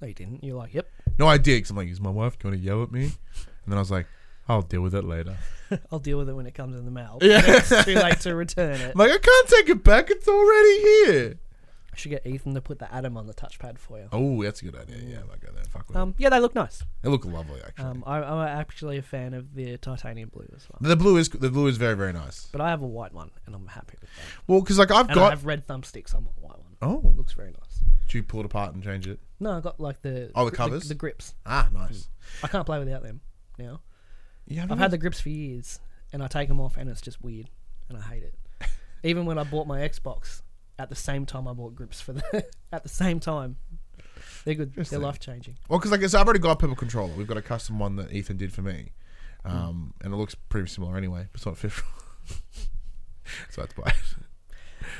Speaker 3: No, you didn't. You're like, yep,
Speaker 2: No, I did. Cause I'm like, is my wife going to yell at me? And then I was like, I'll deal with it later.
Speaker 3: I'll deal with it when it comes in the mail. Yeah. it's too late to return it.
Speaker 2: I'm like, I can't take it back. It's already here.
Speaker 3: I should get Ethan to put the atom on the touchpad for you.
Speaker 2: Oh, that's a good idea. Yeah, I might go there. Fuck with
Speaker 3: Um, yeah, they look nice.
Speaker 2: it. It looked lovely actually.
Speaker 3: Um, I, I'm actually a fan of the titanium blue as well.
Speaker 2: the blue is the blue is very very nice.
Speaker 3: But I have a white one, and I'm happy with that.
Speaker 2: Well, because like I've
Speaker 3: And I
Speaker 2: got.
Speaker 3: have red thumbsticks on my white one.
Speaker 2: Oh,
Speaker 3: Looks very nice.
Speaker 2: do you pull it apart and change it?
Speaker 3: No, I got like the
Speaker 2: Oh, the
Speaker 3: gri-
Speaker 2: covers?
Speaker 3: the, grips.
Speaker 2: Ah, nice.
Speaker 3: I can't play without them now.
Speaker 2: Yeah,
Speaker 3: Mm. I've had the grips for years, and I take them off, and it's just weird, and I hate it. Even when I bought my Xbox, at the same time I bought grips for the at the same time. They're good. They're
Speaker 2: Interesting.
Speaker 3: life changing.
Speaker 2: Well, because like so I've already got a purple controller. We've got a custom one that Ethan did for me, um,
Speaker 3: Mm.
Speaker 2: and it looks pretty similar anyway. But it's not fit. so I had to buy it.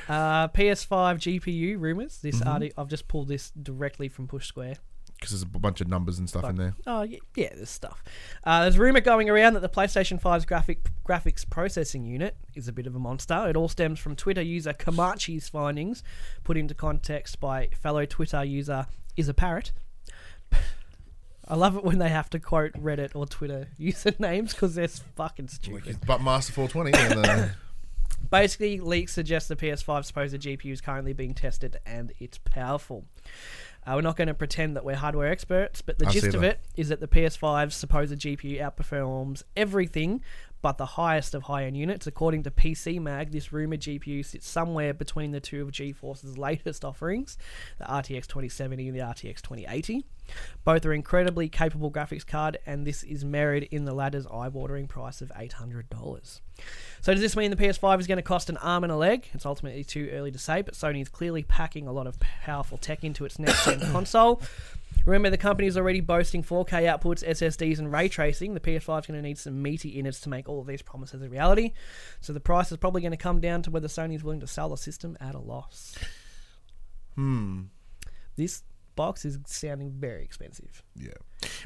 Speaker 3: Uh, PS5 GPU rumors. This arti- I've just pulled this directly from Push Square.
Speaker 2: because there's a b- bunch of numbers and stuff in there.
Speaker 3: Oh yeah, yeah there's stuff. Uh, there's rumor going around that the PlayStation 5's graphic graphics processing unit is a bit of a monster. It all stems from Twitter user Kamachi's findings, put into context by fellow Twitter user is a parrot. I love it when they have to quote Reddit or Twitter usernames because they're s- fucking stupid.
Speaker 2: But Master 420. And, uh,
Speaker 3: Basically, leaks suggest the PS5 supposed GPU is currently being tested and it's powerful. Uh, we're not going to pretend that we're hardware experts, but the
Speaker 2: I see
Speaker 3: gist of
Speaker 2: that.
Speaker 3: it is that the PS5's supposed GPU outperforms everything but the highest of high end units. According to PC Mag, this rumored GPU sits somewhere between the two of GeForce's latest offerings, the RTX 2070 and the RTX 2080. Both are incredibly capable graphics card, and this is mirrored in the latter's eye watering price of $800. So does this mean the PS5 is going to cost an arm and a leg? It's ultimately too early to say, but Sony is clearly packing a lot of powerful tech into its next-gen console. Remember, the company is already boasting 4K outputs, SSDs, and ray tracing. The PS5 is going to need some meaty innards to make all of these promises a reality. So the price is probably going to come down to whether Sony is willing to sell the system at a loss. Hmm. This box is sounding very expensive.
Speaker 2: yeah.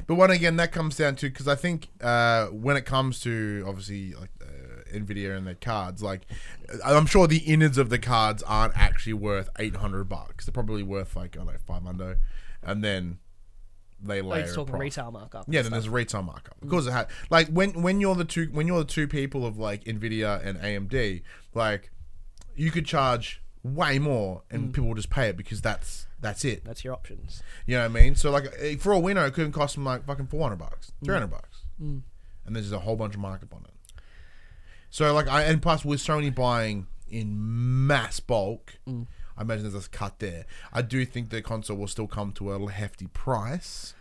Speaker 2: But one again, that comes down to because I think uh, when it comes to obviously like uh, Nvidia and their cards, like uh, I'm sure the innards of the cards aren't actually worth 800 bucks. They're probably worth like I don't know five hundred, and then they
Speaker 3: Oh,
Speaker 2: layer.
Speaker 3: you're just
Speaker 2: a
Speaker 3: talking
Speaker 2: price.
Speaker 3: retail markup.
Speaker 2: Yeah, then there's a retail markup. Of course, it had like when when you're the two when you're the two people of like Nvidia and AMD, like you could charge way more, and
Speaker 3: Mm.
Speaker 2: people will just pay it because that's that's it.
Speaker 3: That's your options.
Speaker 2: You know what I mean? So like eh, for a winner, it couldn't cost them like fucking four hundred bucks, three hundred bucks, and there's just a whole bunch of markup on it. So like I and plus with Sony buying in mass bulk, I imagine there's a cut there. I do think the console will still come to a hefty price.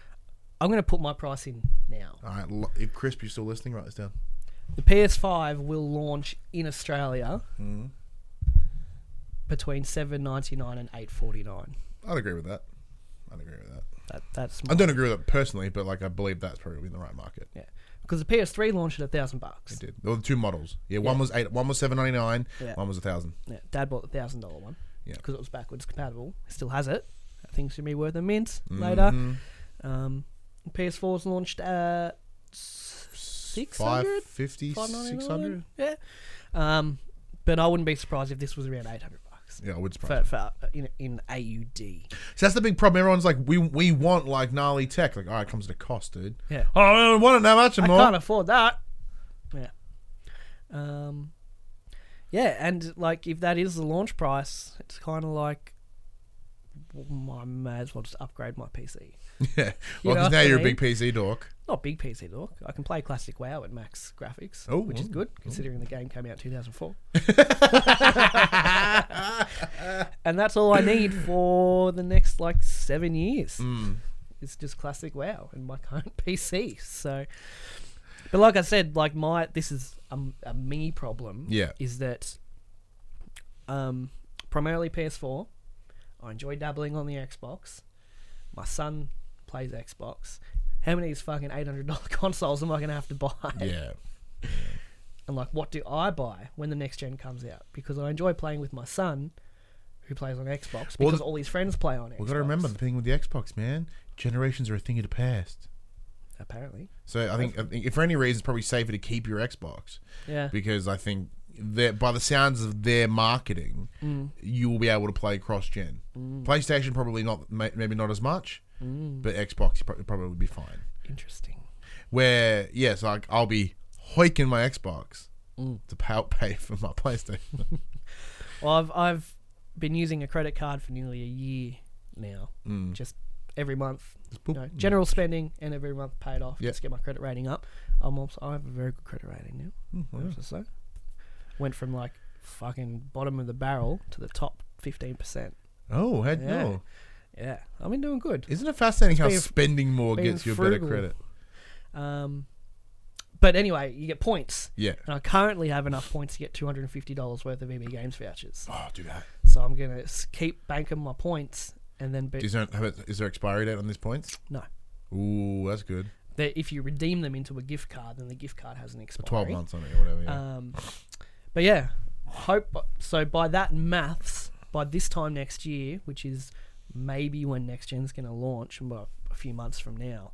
Speaker 3: I'm going to put my price in now.
Speaker 2: All right, lo- if Crisp, you're still listening, write this down.
Speaker 3: The PS5 will launch in Australia
Speaker 2: Hmm.
Speaker 3: between 7.99 and 8.49.
Speaker 2: I'd agree with that. I'd agree with that.
Speaker 3: That that's
Speaker 2: I
Speaker 3: my,
Speaker 2: don't agree with it personally, but like I believe that's probably in the right market.
Speaker 3: yeah. Because the PS3 launched at a thousand bucks.
Speaker 2: It did. There were two models. Yeah, one was eight, one was seven ninety nine,
Speaker 3: Yeah.
Speaker 2: one was a thousand.
Speaker 3: Yeah, Dad bought the thousand dollar one.
Speaker 2: Yeah.
Speaker 3: Because it was backwards compatible. Still has it. That thing's gonna be worth a mint
Speaker 2: Mm-hmm.
Speaker 3: later. Um, PS4's launched at six hundred.
Speaker 2: 550, 600?
Speaker 3: 599? Yeah. Um, but I wouldn't be surprised if this was around eight hundred bucks
Speaker 2: Yeah, I would surprise.
Speaker 3: for, for uh, in, in AUD.
Speaker 2: So that's the big problem. Everyone's like, we we want like gnarly tech. Like, all right, it comes at a cost, dude.
Speaker 3: Yeah.
Speaker 2: Oh, I don't want it that much
Speaker 3: I
Speaker 2: anymore.
Speaker 3: can't afford that. Yeah. Um, yeah, and like if that is the launch price, it's kind of like well, I may as well just upgrade my PC.
Speaker 2: yeah.
Speaker 3: You
Speaker 2: Well, because
Speaker 3: know
Speaker 2: now
Speaker 3: what I
Speaker 2: you're a big
Speaker 3: mean?
Speaker 2: PC dork.
Speaker 3: Not big PC look. I can play classic WoW at max graphics,
Speaker 2: Oh,
Speaker 3: which is
Speaker 2: oh,
Speaker 3: good considering the game came out in 2004. and that's all I need for the next like seven years.
Speaker 2: Hmm.
Speaker 3: It's just classic WoW and my current PC. So, but like I said, like my this is a, a me problem.
Speaker 2: Yeah.
Speaker 3: is that um, primarily PS4. I enjoy dabbling on the Xbox. My son plays Xbox. How many of these fucking eight hundred dollar consoles am I gonna have to buy?
Speaker 2: Yeah.
Speaker 3: And like, what do I buy when the next gen comes out? Because I enjoy playing with my son, who plays on Xbox, because
Speaker 2: Well, the-
Speaker 3: all his friends play on Xbox.
Speaker 2: We got to remember the thing with the Xbox, man. Generations are a thing of the past.
Speaker 3: Apparently,
Speaker 2: So I think, I think if for any reason, it's probably safer to keep your Xbox
Speaker 3: yeah.
Speaker 2: because I think that by the sounds of their marketing,
Speaker 3: Mm.
Speaker 2: you will be able to play cross gen. PlayStation probably not, may- maybe not as much,
Speaker 3: Mm.
Speaker 2: but Xbox pro- probably would be fine.
Speaker 3: Interesting.
Speaker 2: Where yes, like I'll be hoiking my Xbox
Speaker 3: Mm.
Speaker 2: to pay, pay for my PlayStation.
Speaker 3: Well, I've I've been using a credit card for nearly a year now. Just every month, you
Speaker 2: Mm. boop.
Speaker 3: know, general spending, and every month paid off.
Speaker 2: Yeah.
Speaker 3: Just get my credit rating up. I'm also I have a very good credit rating now.
Speaker 2: Mm,
Speaker 3: I have to say. Went from like fucking bottom of the barrel to the top fifteen percent.
Speaker 2: oh, head
Speaker 3: Yeah.
Speaker 2: no!
Speaker 3: Yeah, I've been doing good.
Speaker 2: Isn't it fascinating how
Speaker 3: being-
Speaker 2: spending more
Speaker 3: being
Speaker 2: gets you a better
Speaker 3: frugal.
Speaker 2: credit?
Speaker 3: Um, but anyway, you get points.
Speaker 2: Yeah.
Speaker 3: And I currently have enough points to get two hundred and fifty dollars worth of EB Games vouchers.
Speaker 2: Oh, do that.
Speaker 3: So I'm gonna s- keep banking my points and then be
Speaker 2: Is there, have it- is there expiry date on these points?
Speaker 3: no.
Speaker 2: Ooh, that's good.
Speaker 3: that if you redeem them into a gift card, then the gift card has an expiry.
Speaker 2: 12 months on it or whatever. Yeah.
Speaker 3: Um, but yeah, hope so. By that maths, by this time next year, which is maybe when next gen's going to launch, about a few months from now,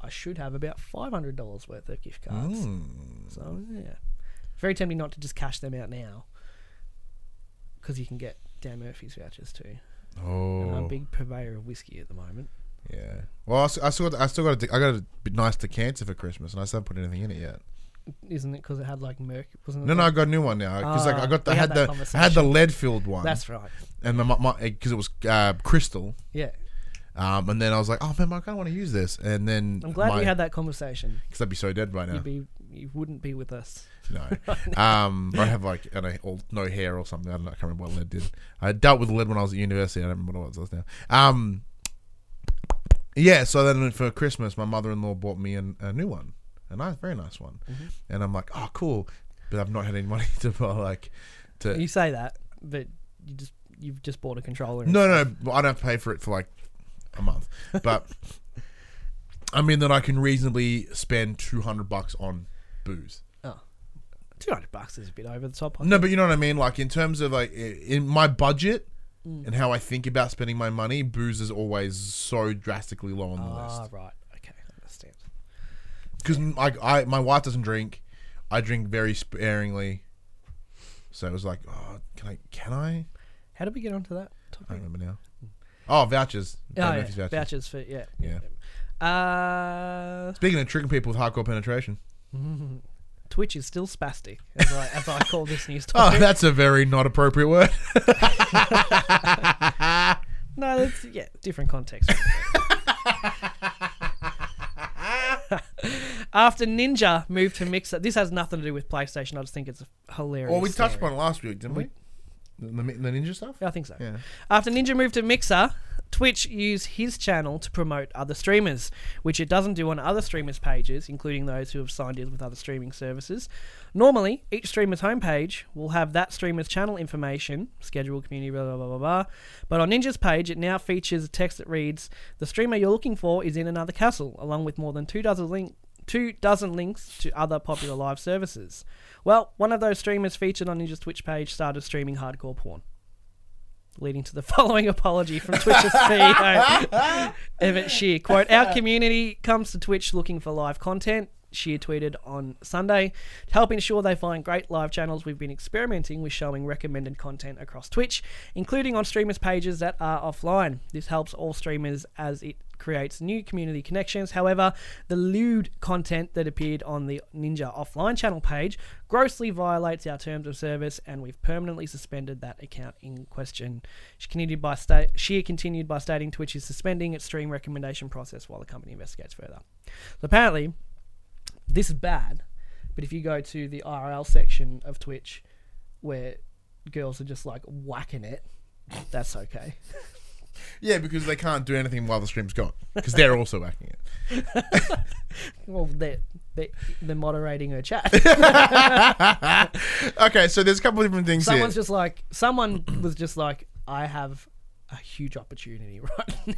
Speaker 3: I should have about five hundred dollars worth of gift cards.
Speaker 2: Mm.
Speaker 3: So yeah, very tempting not to just cash them out now, because you can get Dan Murphy's vouchers too. And I'm
Speaker 2: oh,
Speaker 3: a big purveyor of whiskey at the moment.
Speaker 2: yeah. Well, I s- I still, got, I still got, a, de- I got a bit nice decanter for Christmas, and I still haven't put anything in it yet.
Speaker 3: Isn't it because it had like merc? Wasn't it
Speaker 2: No, no,
Speaker 3: like-
Speaker 2: I got a new one now because like, I
Speaker 3: Ah,
Speaker 2: got, the, I
Speaker 3: we
Speaker 2: had
Speaker 3: had that
Speaker 2: the, I had the
Speaker 3: conversation.
Speaker 2: lead filled one,
Speaker 3: That's right.
Speaker 2: and the because it was uh, crystal,
Speaker 3: Yeah.
Speaker 2: um, and then I was like, oh man, I kind of want to use this, and then
Speaker 3: I'm glad
Speaker 2: my,
Speaker 3: we had that conversation.
Speaker 2: because I'd be so dead by now.
Speaker 3: You'd be, you wouldn't be with us.
Speaker 2: No. Um, I have like I don't know, all, no hair or something. I don't know. I can't remember what lead did. I dealt with lead when I was at university. I don't remember what it was now. Um, yeah. So then for Christmas, my mother-in-law bought me an, a new one, a nice, very nice one. And I'm like, oh, cool. But I've not had any money to buy like to.
Speaker 3: You say that, but you just you've just bought a controller. and
Speaker 2: no,
Speaker 3: stuff.
Speaker 2: no, but I don't pay for it for like a month, but I mean that I can reasonably spend two hundred bucks on booze.
Speaker 3: Oh. Two hundred bucks is a bit over the top. I
Speaker 2: No, but you know what I mean. Like in terms of like i- in my budget
Speaker 3: Mm.
Speaker 2: and how I think about spending my money, booze is always so drastically low on the
Speaker 3: Ah,
Speaker 2: list.
Speaker 3: right. Okay. I understand.
Speaker 2: because like I my wife doesn't drink, I drink very sparingly. So it was like, oh, can I? Can I?
Speaker 3: How did we get onto that
Speaker 2: I don't
Speaker 3: topic?
Speaker 2: remember now. Oh, vouchers.
Speaker 3: Oh,
Speaker 2: Dan
Speaker 3: yeah.
Speaker 2: Murphy's
Speaker 3: vouchers. for yeah.
Speaker 2: Yeah.
Speaker 3: Uh,
Speaker 2: Speaking of tricking people with hardcore penetration.
Speaker 3: Twitch is still spastic, as I, as I call this news topic.
Speaker 2: Oh, that's a very not appropriate word.
Speaker 3: No, that's yeah, different context. After Ninja moved to Mixer, this has nothing to do with PlayStation. I just think it's a hilarious.
Speaker 2: well, we touched upon
Speaker 3: story.
Speaker 2: it last week, didn't we? The, the, the ninja stuff.
Speaker 3: Yeah, I think so.
Speaker 2: Yeah.
Speaker 3: After Ninja moved to Mixer, Twitch used his channel to promote other streamers, which it doesn't do on other streamers' pages, including those who have signed in with other streaming services. Normally, each streamer's homepage will have that streamer's channel information, schedule, community, blah, blah, blah, blah, blah. But on Ninja's page, it now features a text that reads, The streamer you're looking for is in another castle, along with more than two dozen links two dozen links to other popular live services. Well, one of those streamers featured on Ninja's Twitch page started streaming hardcore porn, leading to the following apology from Twitch's E CEO, Evan Shear. Quote, Our community comes to Twitch looking for live content. Shear tweeted on Sunday, to help ensure they find great live channels, we've been experimenting with showing recommended content across Twitch, including on streamers' pages that are offline. This helps all streamers as it creates new community connections. However, the lewd content that appeared on the Ninja offline channel page grossly violates our terms of service, and we've permanently suspended that account in question. She continued by, sta- she continued by stating Twitch is suspending its stream recommendation process while the company investigates further. So apparently, this is bad, but if you go to the IRL section of Twitch where girls are just like whacking it, that's okay.
Speaker 2: Yeah, because they can't do anything while the stream's gone because they're also acting it.
Speaker 3: Well, they're, they're, they're moderating her chat.
Speaker 2: Okay, so there's a couple of different things
Speaker 3: Someone's
Speaker 2: here.
Speaker 3: just like, someone was just like, I have a huge opportunity right now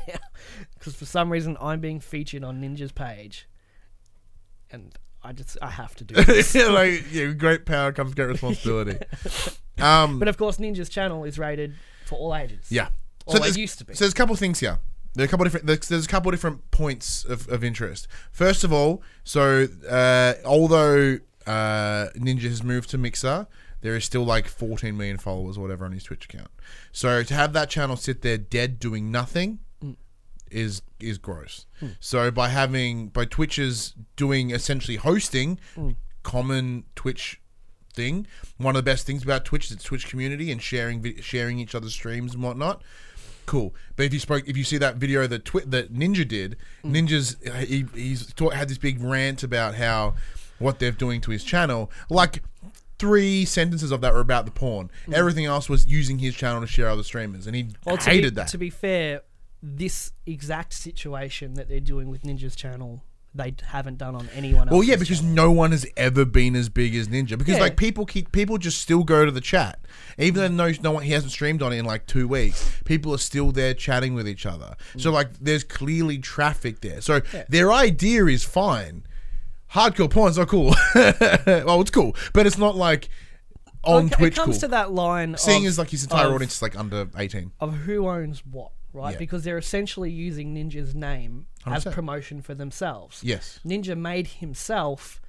Speaker 3: because for some reason I'm being featured on Ninja's page, and I just I have to do it.
Speaker 2: like, yeah, with great power comes great responsibility. Um,
Speaker 3: but of course, Ninja's channel is rated for all ages.
Speaker 2: yeah.
Speaker 3: Or it
Speaker 2: there's-
Speaker 3: used to be.
Speaker 2: So there's a couple of things here. There are a couple of different. There's, there's a couple of different points of, of interest. First of all, so uh, although uh, Ninja has moved to Mixer, there is still like 14 million followers or whatever on his Twitch account. So to have that channel sit there dead doing nothing
Speaker 3: Mm.
Speaker 2: is is gross. So by having by Twitch's doing essentially hosting common Twitch thing, one of the best things about Twitch is its Twitch community and sharing vi- sharing each other's streams and whatnot. Cool, but if you spoke, if you see that video that Twi- that Ninja did, Ninja's he, he's taught, had this big rant about how what they're doing to his channel, like. Three sentences of that were about the porn. Everything else was using his channel to share other streamers, and he
Speaker 3: Well, to
Speaker 2: hated
Speaker 3: be,
Speaker 2: that.
Speaker 3: To be fair, this exact situation that they're doing with Ninja's channel, they haven't done on anyone else.
Speaker 2: Well, yeah, because no one has ever been as big as Ninja. Because
Speaker 3: Yeah.
Speaker 2: like people keep people just still go to the chat, even though
Speaker 3: Mm.
Speaker 2: no, no one he hasn't streamed on it in like two weeks. People are still there chatting with each other.
Speaker 3: Mm.
Speaker 2: So like, there's clearly traffic there. So their idea is fine. Hardcore porn's not cool. well, it's cool, but it's not like on
Speaker 3: Like,
Speaker 2: Twitch
Speaker 3: it comes
Speaker 2: cool.
Speaker 3: to that line.
Speaker 2: Seeing
Speaker 3: of,
Speaker 2: as like his entire
Speaker 3: of-
Speaker 2: audience is like under eighteen.
Speaker 3: of who owns what, right?
Speaker 2: Yeah.
Speaker 3: Because they're essentially using Ninja's name as
Speaker 2: 100%.
Speaker 3: promotion for themselves.
Speaker 2: Yes.
Speaker 3: Ninja made himself,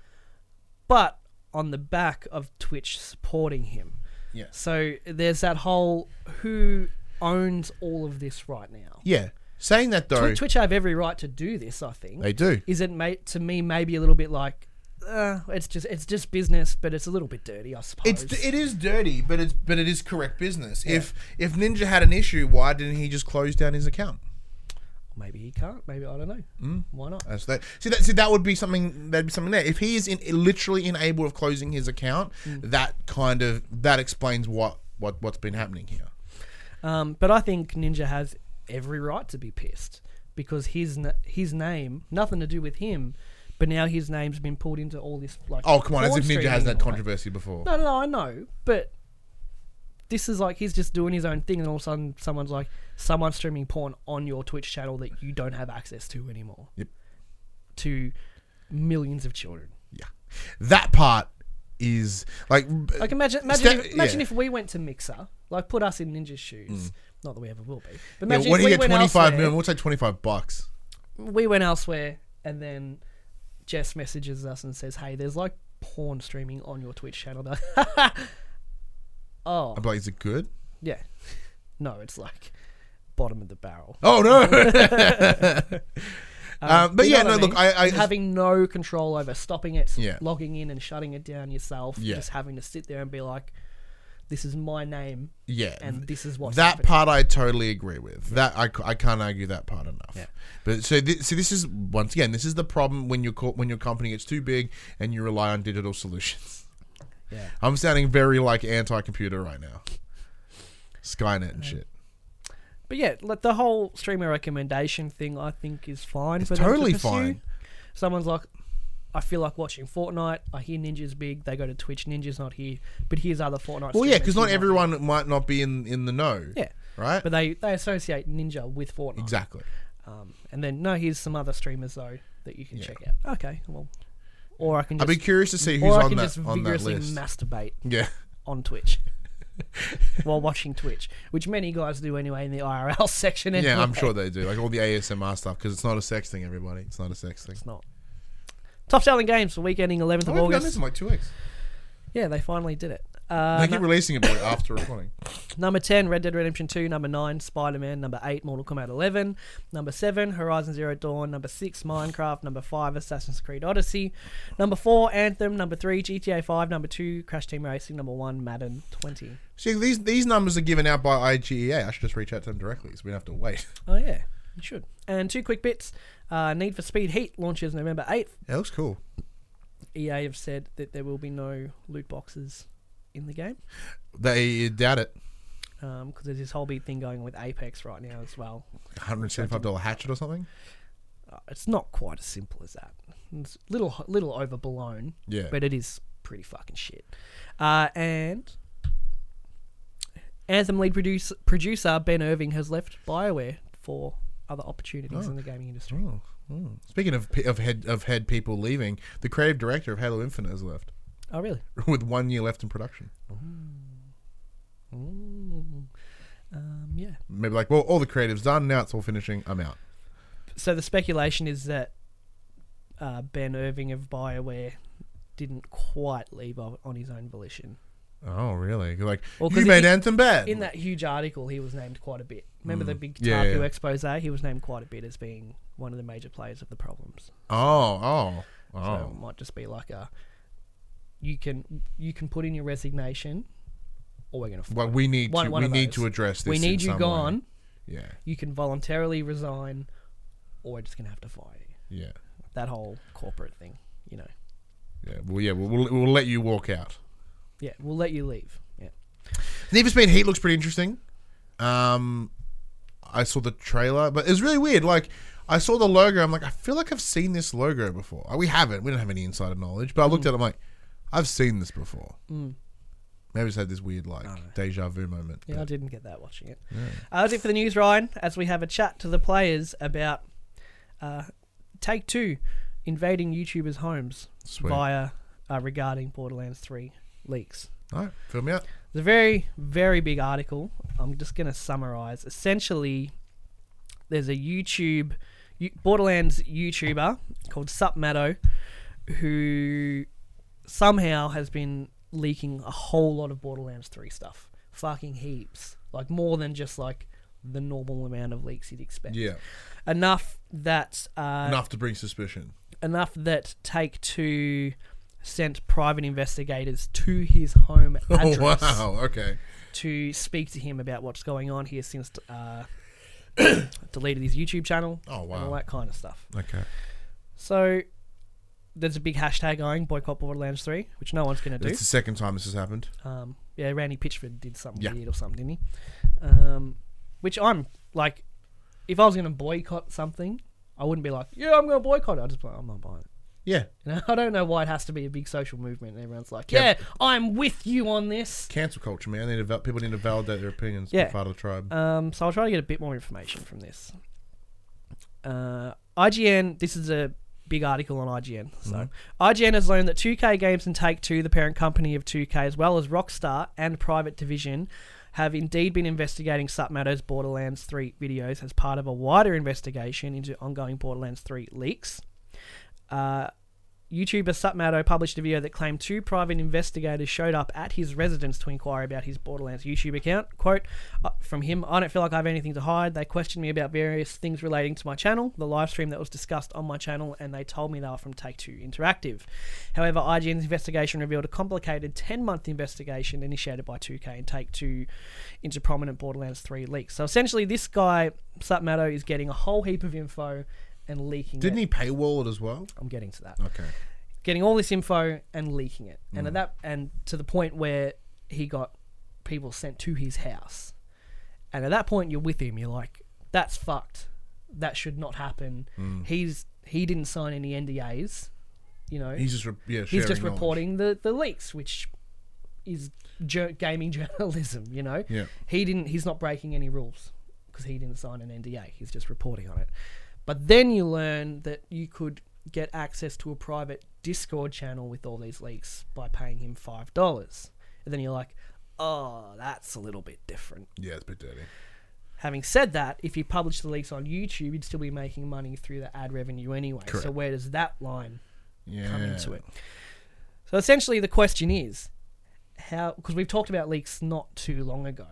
Speaker 3: but on the back of Twitch supporting him.
Speaker 2: Yeah.
Speaker 3: So there's that whole who owns all of this right now.
Speaker 2: Yeah. Saying that though,
Speaker 3: Twi- Twitch have every right to do this, I think.
Speaker 2: they do.
Speaker 3: Is it mate to me maybe a little bit like uh, it's just it's just business, but it's a little bit dirty, I suppose.
Speaker 2: It's it is dirty, but it's but it is correct business. If if Ninja had an issue, why didn't he just close down his account?
Speaker 3: maybe he can't. Maybe I don't know.
Speaker 2: Mm.
Speaker 3: Why not?
Speaker 2: That's that. See that see that would be something that'd be something there. If he is in, literally unable of closing his account,
Speaker 3: Mm.
Speaker 2: that kind of that explains what what what's been happening here.
Speaker 3: Um, but I think Ninja has every right to be pissed because his na- his name nothing to do with him, but now his name's been pulled into all this like.
Speaker 2: Oh come on, as
Speaker 3: fraud
Speaker 2: if Ninja
Speaker 3: streaming
Speaker 2: has
Speaker 3: and
Speaker 2: that
Speaker 3: all
Speaker 2: controversy before.
Speaker 3: No, no, no, I know, but this is like he's just doing his own thing, and all of a sudden someone's like someone's streaming porn on your Twitch channel that you don't have access to anymore.
Speaker 2: Yep.
Speaker 3: To millions of children.
Speaker 2: Yeah, that part is like
Speaker 3: Like imagine imagine
Speaker 2: Sta-
Speaker 3: if, imagine
Speaker 2: Uh, yeah. Mm.
Speaker 3: if we went to Mixer, like put us in Ninja's shoes. Not that we ever will be. But
Speaker 2: yeah,
Speaker 3: imagine
Speaker 2: what
Speaker 3: if
Speaker 2: do
Speaker 3: we
Speaker 2: you get
Speaker 3: went
Speaker 2: twenty five
Speaker 3: elsewhere-
Speaker 2: million? We'll say twenty five bucks.
Speaker 3: we went elsewhere and then Jess messages us and says, "Hey, there's like porn streaming on your Twitch channel." oh
Speaker 2: I'm like, is it good?
Speaker 3: yeah, no, it's like bottom of the barrel.
Speaker 2: Oh no. um, but
Speaker 3: You
Speaker 2: yeah,
Speaker 3: know what
Speaker 2: no.
Speaker 3: I
Speaker 2: Look,
Speaker 3: mean?
Speaker 2: I, I
Speaker 3: having no control over stopping it,
Speaker 2: Yeah.
Speaker 3: logging in and shutting it down yourself.
Speaker 2: Yeah.
Speaker 3: Just having to sit there and be like, "This is my name,
Speaker 2: yeah.
Speaker 3: and this is what's
Speaker 2: that
Speaker 3: happening."
Speaker 2: part I totally agree with. That I, c- I can't argue that part enough.
Speaker 3: Yeah.
Speaker 2: But so this, so this is once again this is the problem when your co- when your company gets too big and you rely on digital solutions.
Speaker 3: Yeah.
Speaker 2: I'm sounding very like anti-computer right now. Skynet and shit.
Speaker 3: But yeah, like the whole streamer recommendation thing, I think is fine.
Speaker 2: It's
Speaker 3: for them to
Speaker 2: totally
Speaker 3: pursue.
Speaker 2: fine.
Speaker 3: Someone's like, I feel like watching Fortnite. I hear Ninja's big. They go to Twitch. Ninja's not here, but here's other Fortnite.
Speaker 2: Well, yeah,
Speaker 3: streamers
Speaker 2: because
Speaker 3: who
Speaker 2: not
Speaker 3: might be-
Speaker 2: everyone might not be in in the know.
Speaker 3: Yeah,
Speaker 2: Right.
Speaker 3: but they they associate Ninja with Fortnite.
Speaker 2: exactly.
Speaker 3: Um, and then no, here's some other streamers though that you can
Speaker 2: Yeah.
Speaker 3: check out. Okay, well, or I can
Speaker 2: I'd
Speaker 3: just
Speaker 2: be curious to see who's
Speaker 3: or I
Speaker 2: on
Speaker 3: can
Speaker 2: that
Speaker 3: just
Speaker 2: on that
Speaker 3: vigorously
Speaker 2: list.
Speaker 3: masturbate
Speaker 2: yeah.
Speaker 3: on Twitch while watching Twitch, which many guys do anyway in the IRL section. Anyway.
Speaker 2: Yeah, I'm sure they do. Like all the ASMR stuff, because it's not a sex thing, everybody. It's not a sex thing.
Speaker 3: it's not. Top selling games for week ending 11th
Speaker 2: I've
Speaker 3: of
Speaker 2: only done this
Speaker 3: August.
Speaker 2: in like two weeks.
Speaker 3: Yeah, they finally did it. Uh,
Speaker 2: they keep releasing it but after recording.
Speaker 3: Number 10, Red Dead Redemption 2. Number 9, Spider Man. Number 8, Mortal Kombat 11. Number 7, Horizon Zero Dawn. Number 6, Minecraft. Number 5, Assassin's Creed Odyssey. Number 4, Anthem. Number 3, GTA 5. Number 2, Crash Team Racing. Number 1, Madden 20.
Speaker 2: See, these these numbers are given out by IGEA. I should just reach out to them directly, so we don't have to wait.
Speaker 3: Oh, yeah, you should. And two quick bits uh, Need for Speed Heat launches November 8th.
Speaker 2: That looks cool.
Speaker 3: EA have said that there will be no loot boxes in the game
Speaker 2: They doubt it.
Speaker 3: because Um, there's this whole big thing going with Apex right now as well.
Speaker 2: $175 hatchet or something?
Speaker 3: Uh, it's not quite as simple as that. It's a little little overblown,
Speaker 2: Yeah.
Speaker 3: but it is pretty fucking shit. Uh, and Anthem lead produce, producer Ben Irving has left Bioware for other opportunities in the gaming industry.
Speaker 2: Oh, oh. Speaking of pe- of head of head people leaving, the creative director of Halo Infinite has left
Speaker 3: Oh, really?
Speaker 2: with one year left in production.
Speaker 3: Ooh. Mm. Um, yeah.
Speaker 2: Maybe like, well, all the creative's done. Now it's all finishing. I'm out.
Speaker 3: So the speculation is that uh, Ben Irving of Bioware didn't quite leave on on his own volition.
Speaker 2: Oh, really? Like
Speaker 3: Well, 'cause
Speaker 2: you made
Speaker 3: he-
Speaker 2: Anthem bad.
Speaker 3: in that huge article, he was named quite a bit. Remember the big
Speaker 2: Mm. Yeah,
Speaker 3: Tarku
Speaker 2: yeah.
Speaker 3: expose? He was named quite a bit as being one of the major players of the problems.
Speaker 2: Oh, oh, oh.
Speaker 3: So it might just be like a you can you can put in your resignation, or we're gonna f-
Speaker 2: well, we need
Speaker 3: One-
Speaker 2: to
Speaker 3: one
Speaker 2: we
Speaker 3: of
Speaker 2: need
Speaker 3: those.
Speaker 2: to address this.
Speaker 3: we
Speaker 2: in
Speaker 3: need you
Speaker 2: some way.
Speaker 3: gone.
Speaker 2: Yeah,
Speaker 3: You can voluntarily resign, or we're just gonna have to fire you.
Speaker 2: yeah,
Speaker 3: That whole corporate thing, you know.
Speaker 2: yeah. Well, yeah, we'll, we'll, we'll let you walk out.
Speaker 3: Yeah, we'll let you leave. Yeah.
Speaker 2: Need for Speed Heat looks pretty interesting. Um, I saw the trailer, but it was really weird. Like, I saw the logo. I'm like, I feel like I've seen this logo before. Uh, We haven't. We don't have any insider knowledge. But I
Speaker 3: Hmm.
Speaker 2: looked at it. I'm like, I've seen this before. Maybe it's had this weird like deja vu moment.
Speaker 3: Yeah, I
Speaker 2: but-
Speaker 3: didn't get that watching it. Uh, that's it for the news, Ryan. As we have a chat to the players about uh, Take Two invading YouTubers' homes
Speaker 2: Sweet.
Speaker 3: via uh, regarding Borderlands Three leaks.
Speaker 2: All right, fill me out.
Speaker 3: It's a very, very big article. I'm just going to summarize. Essentially, there's a YouTube, you- Borderlands YouTuber called Supmatto who somehow has been leaking a whole lot of Borderlands 3 stuff. Fucking heaps. Like, more than just like the normal amount of leaks you'd expect.
Speaker 2: Yeah,
Speaker 3: Enough that. Uh,
Speaker 2: enough to bring suspicion.
Speaker 3: enough that Take Two sent private investigators to his home address
Speaker 2: Oh wow. Okay.
Speaker 3: to speak to him about what's going on. He has since uh, deleted his YouTube channel.
Speaker 2: Oh,
Speaker 3: And all
Speaker 2: wow.
Speaker 3: that kind of stuff.
Speaker 2: Okay.
Speaker 3: So there's a big hashtag going boycott Borderlands 3, which no one's going to do.
Speaker 2: It's the second time this has happened.
Speaker 3: Um, yeah, Randy Pitchford did something
Speaker 2: Yeah.
Speaker 3: weird or something, didn't he? Um, which I'm like, if I was going to boycott something, I wouldn't be like, yeah, I'm going to boycott it. I just be like, I'm not buying it.
Speaker 2: Yeah.
Speaker 3: You know, I don't know why it has to be a big social movement and everyone's like,
Speaker 2: Yeah.
Speaker 3: yeah, I'm with you on this.
Speaker 2: Cancel culture, man. They need to, val- people need to validate their opinions.
Speaker 3: Yeah.
Speaker 2: Yeah. Part of the tribe.
Speaker 3: Um, so I'll try to get a bit more information from this. Uh, IGN, this is a big article on IGN. So IGN has learned that 2K Games and Take Two, the parent company of 2K, as well as Rockstar and Private Division, have indeed been investigating Submatter's Borderlands 3 videos as part of a wider investigation into ongoing Borderlands 3 leaks. Uh, YouTuber Sutmato published a video that claimed two private investigators showed up at his residence to inquire about his Borderlands YouTube account. Quote uh, from him, I don't feel like I have anything to hide. They questioned me about various things relating to my channel, the live stream that was discussed on my channel, and they told me they were from Take Two Interactive. However, IGN's investigation revealed a complicated 10 month investigation initiated by 2K and Take Two into prominent Borderlands 3 leaks. So essentially, this guy, Sutmato, is getting a whole heap of info and leaking
Speaker 2: Didn't
Speaker 3: it.
Speaker 2: he paywall it as well?
Speaker 3: I'm getting to that
Speaker 2: Okay.
Speaker 3: getting all this info and leaking it, and at that and to the point where he got people sent to his house, and at that point you're with him. You're like, that's fucked. That should not happen. He's he didn't sign any NDAs. You know,
Speaker 2: He's just re- yeah.
Speaker 3: he's
Speaker 2: sharing
Speaker 3: just
Speaker 2: knowledge.
Speaker 3: reporting the, the leaks, which is jer- gaming journalism. You know,
Speaker 2: Yeah.
Speaker 3: he didn't. He's not breaking any rules because he didn't sign an NDA. He's just reporting on it. But then you learn that you could get access to a private Discord channel with all these leaks by paying him five dollars, and then you're like, oh, that's a little bit different.
Speaker 2: Yeah, it's a bit dirty.
Speaker 3: Having said that, if he published the leaks on YouTube, he'd still be making money through the ad revenue anyway. So
Speaker 2: Correct.
Speaker 3: where does that line
Speaker 2: Yeah.
Speaker 3: come into it. So essentially, the question is how because we've talked about leaks not too long ago,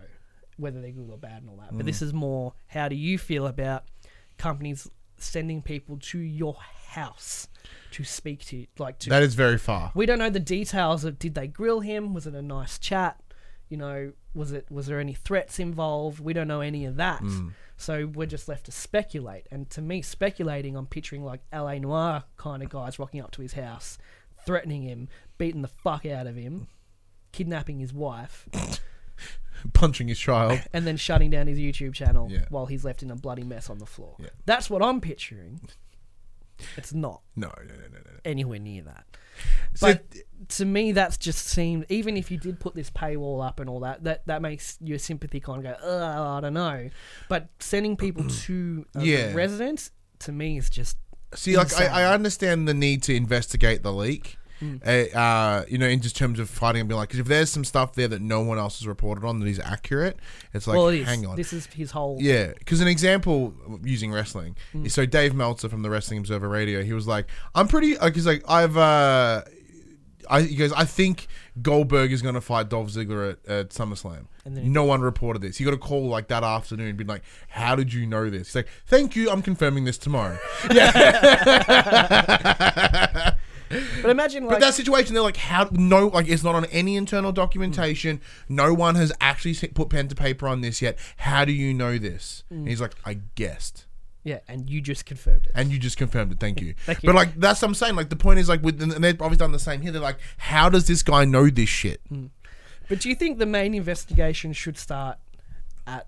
Speaker 3: whether they're good or bad and all that. But this is more how do you feel about companies sending people to your house to speak to you, like to
Speaker 2: That is very far.
Speaker 3: we don't know the details of did they grill him? Was it a nice chat? You know, was it was there any threats involved? We don't know any of that.
Speaker 2: Hmm.
Speaker 3: So we're just left to speculate. And to me, speculating, I'm picturing like LA Noir kind of guys rocking up to his house, threatening him, beating the fuck out of him, kidnapping his wife,
Speaker 2: Punching his child.
Speaker 3: and then shutting down his YouTube channel
Speaker 2: Yeah.
Speaker 3: while he's left in a bloody mess on the floor.
Speaker 2: Yeah.
Speaker 3: That's what I'm picturing. It's not
Speaker 2: No, no, no, no, no. no.
Speaker 3: anywhere near that.
Speaker 2: So-
Speaker 3: But to me, that's just seemed even if you did put this paywall up and all that, that that makes your sympathy kind of go, Ugh, I don't know. But sending people to a
Speaker 2: Yeah.
Speaker 3: residence to me is just
Speaker 2: See, like
Speaker 3: Insane.
Speaker 2: I, I understand the need to investigate the leak, uh, uh, you know, in just terms of fighting and being like, because if there's some stuff there that no one else has reported on that is accurate, it's like,
Speaker 3: well, it is.
Speaker 2: hang on,
Speaker 3: This is his whole.
Speaker 2: yeah, because an example using wrestling.
Speaker 3: Mm.
Speaker 2: is So Dave Meltzer from the Wrestling Observer Radio, he was like, "I'm pretty," like he's like, "I've," uh, I, he goes, "I think Goldberg is going to fight Dolph Ziggler at, at SummerSlam."
Speaker 3: And then he-
Speaker 2: no one reported this. He got a call like that afternoon, being like, "How did you know this?" He's like, "Thank you, I'm confirming this tomorrow."
Speaker 3: But imagine like
Speaker 2: But that situation, they're like, how? No, like it's not on any internal
Speaker 3: Mm.
Speaker 2: documentation. No one has actually se- put pen to paper on this yet. How do you know this? And
Speaker 3: Mm.
Speaker 2: he's like, I guessed,
Speaker 3: yeah, and you just confirmed it.
Speaker 2: and you just confirmed it. Thank you.
Speaker 3: Thank you.
Speaker 2: But like, that's what I'm saying. Like, the point is, like, with and they've obviously done the same here. They're like, how does this guy know this shit?
Speaker 3: Hmm. But do you think the main investigation should start at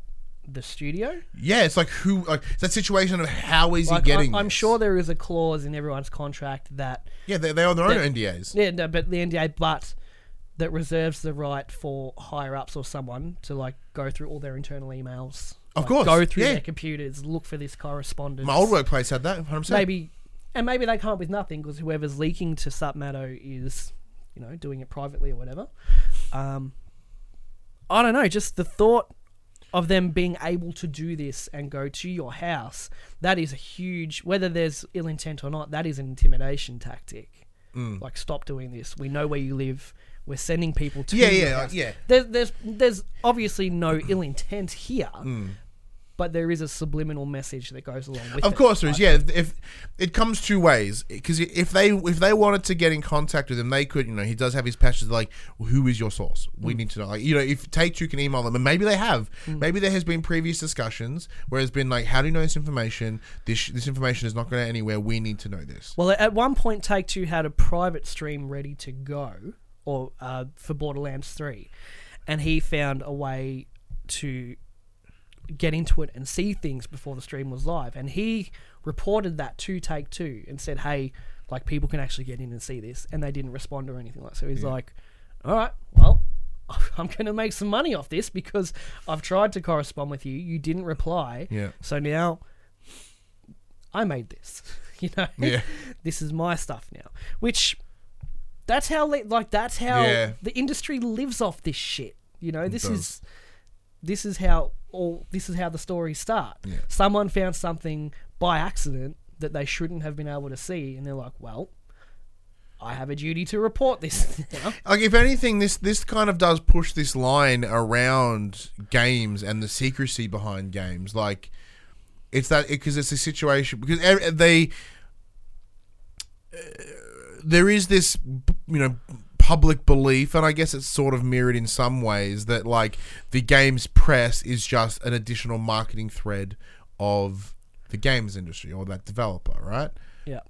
Speaker 3: the studio?
Speaker 2: Yeah, it's like who? Like it's that situation of how is
Speaker 3: Like,
Speaker 2: he getting?
Speaker 3: I'm, I'm
Speaker 2: this?
Speaker 3: sure there is a clause in everyone's contract that
Speaker 2: Yeah, they, they are their own NDAs.
Speaker 3: Yeah, no, but the NDA, but that reserves the right for higher ups or someone to like go through all their internal emails.
Speaker 2: Of
Speaker 3: like,
Speaker 2: course,
Speaker 3: go through
Speaker 2: yeah.
Speaker 3: their computers, look for this correspondence.
Speaker 2: My old workplace had that. 100%.
Speaker 3: maybe, and maybe they come up with nothing because whoever's leaking to Submato is, you know, doing it privately or whatever. Um, I don't know. Just the thought of them being able to do this and go to your house, that is a huge. Whether there's ill intent or not, that is an intimidation tactic.
Speaker 2: Mm.
Speaker 3: Like, stop doing this. We know where you live. We're sending people to.
Speaker 2: Yeah,
Speaker 3: your
Speaker 2: yeah,
Speaker 3: house."
Speaker 2: like, yeah.
Speaker 3: There's, there's, there's obviously no ill intent here. But there is a subliminal message that goes along with it.
Speaker 2: Mm. Of course, there is. Yeah, if, if it comes two ways, because if they if they wanted to get in contact with him, they could. You know, he does have his patches. Like, who is your source? We need to know. Like, you know, if Take Two can email them, and maybe they have. Maybe there has been previous discussions where it's been like, how do you know this information? This this information is not going anywhere. We need to know this.
Speaker 3: Well, at one point, Take Two had a private stream ready to go, or uh, for Borderlands Three, and he found a way to get into it and see things before the stream was live. And he reported that to Take Two and said, "Hey, like people can actually get in and see this," and they didn't respond or anything like. So he's like, "All right, well." I'm going to make some money off this because I've tried to correspond with you. You didn't reply.
Speaker 2: Yeah.
Speaker 3: So now I made this. You know,
Speaker 2: Yeah.
Speaker 3: this is my stuff now. Which that's how le- like that's how
Speaker 2: Yeah.
Speaker 3: the industry lives off this shit. You know, this
Speaker 2: does.
Speaker 3: is this is how all this is how the stories start.
Speaker 2: Yeah.
Speaker 3: Someone found something by accident that they shouldn't have been able to see, and they're like, "Well, I have a duty to report this now.
Speaker 2: Like, if anything, this this kind of does push this line around games and the secrecy behind games. Like, it's that because it's a situation because ev- they uh, there is this you know public belief and i guess it's sort of mirrored in some ways that like the games press is just an additional marketing thread of the games industry or that developer right
Speaker 3: Yeah.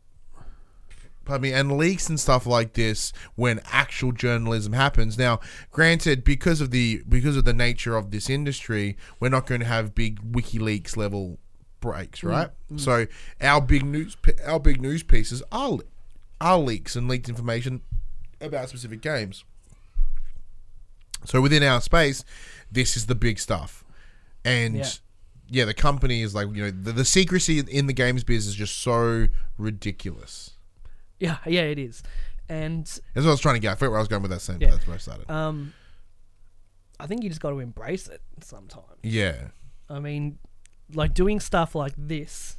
Speaker 2: Pardon me, and leaks and stuff like this when actual journalism happens. Now, granted, because of the because of the nature of this industry, we're not going to have big WikiLeaks level breaks, right? So our big news our big news pieces are le- are leaks and leaked information about specific games. So within our space, this is the big stuff, and
Speaker 3: Yeah.
Speaker 2: yeah, the company is like you know the, the secrecy in the games biz is just so ridiculous.
Speaker 3: Yeah, yeah, it is. And
Speaker 2: That's what I was trying to get. I forget where I was going with that sentence.
Speaker 3: Yeah.
Speaker 2: That's where I started.
Speaker 3: um, I think you just got to embrace it sometimes.
Speaker 2: yeah.
Speaker 3: I mean, like doing stuff like this,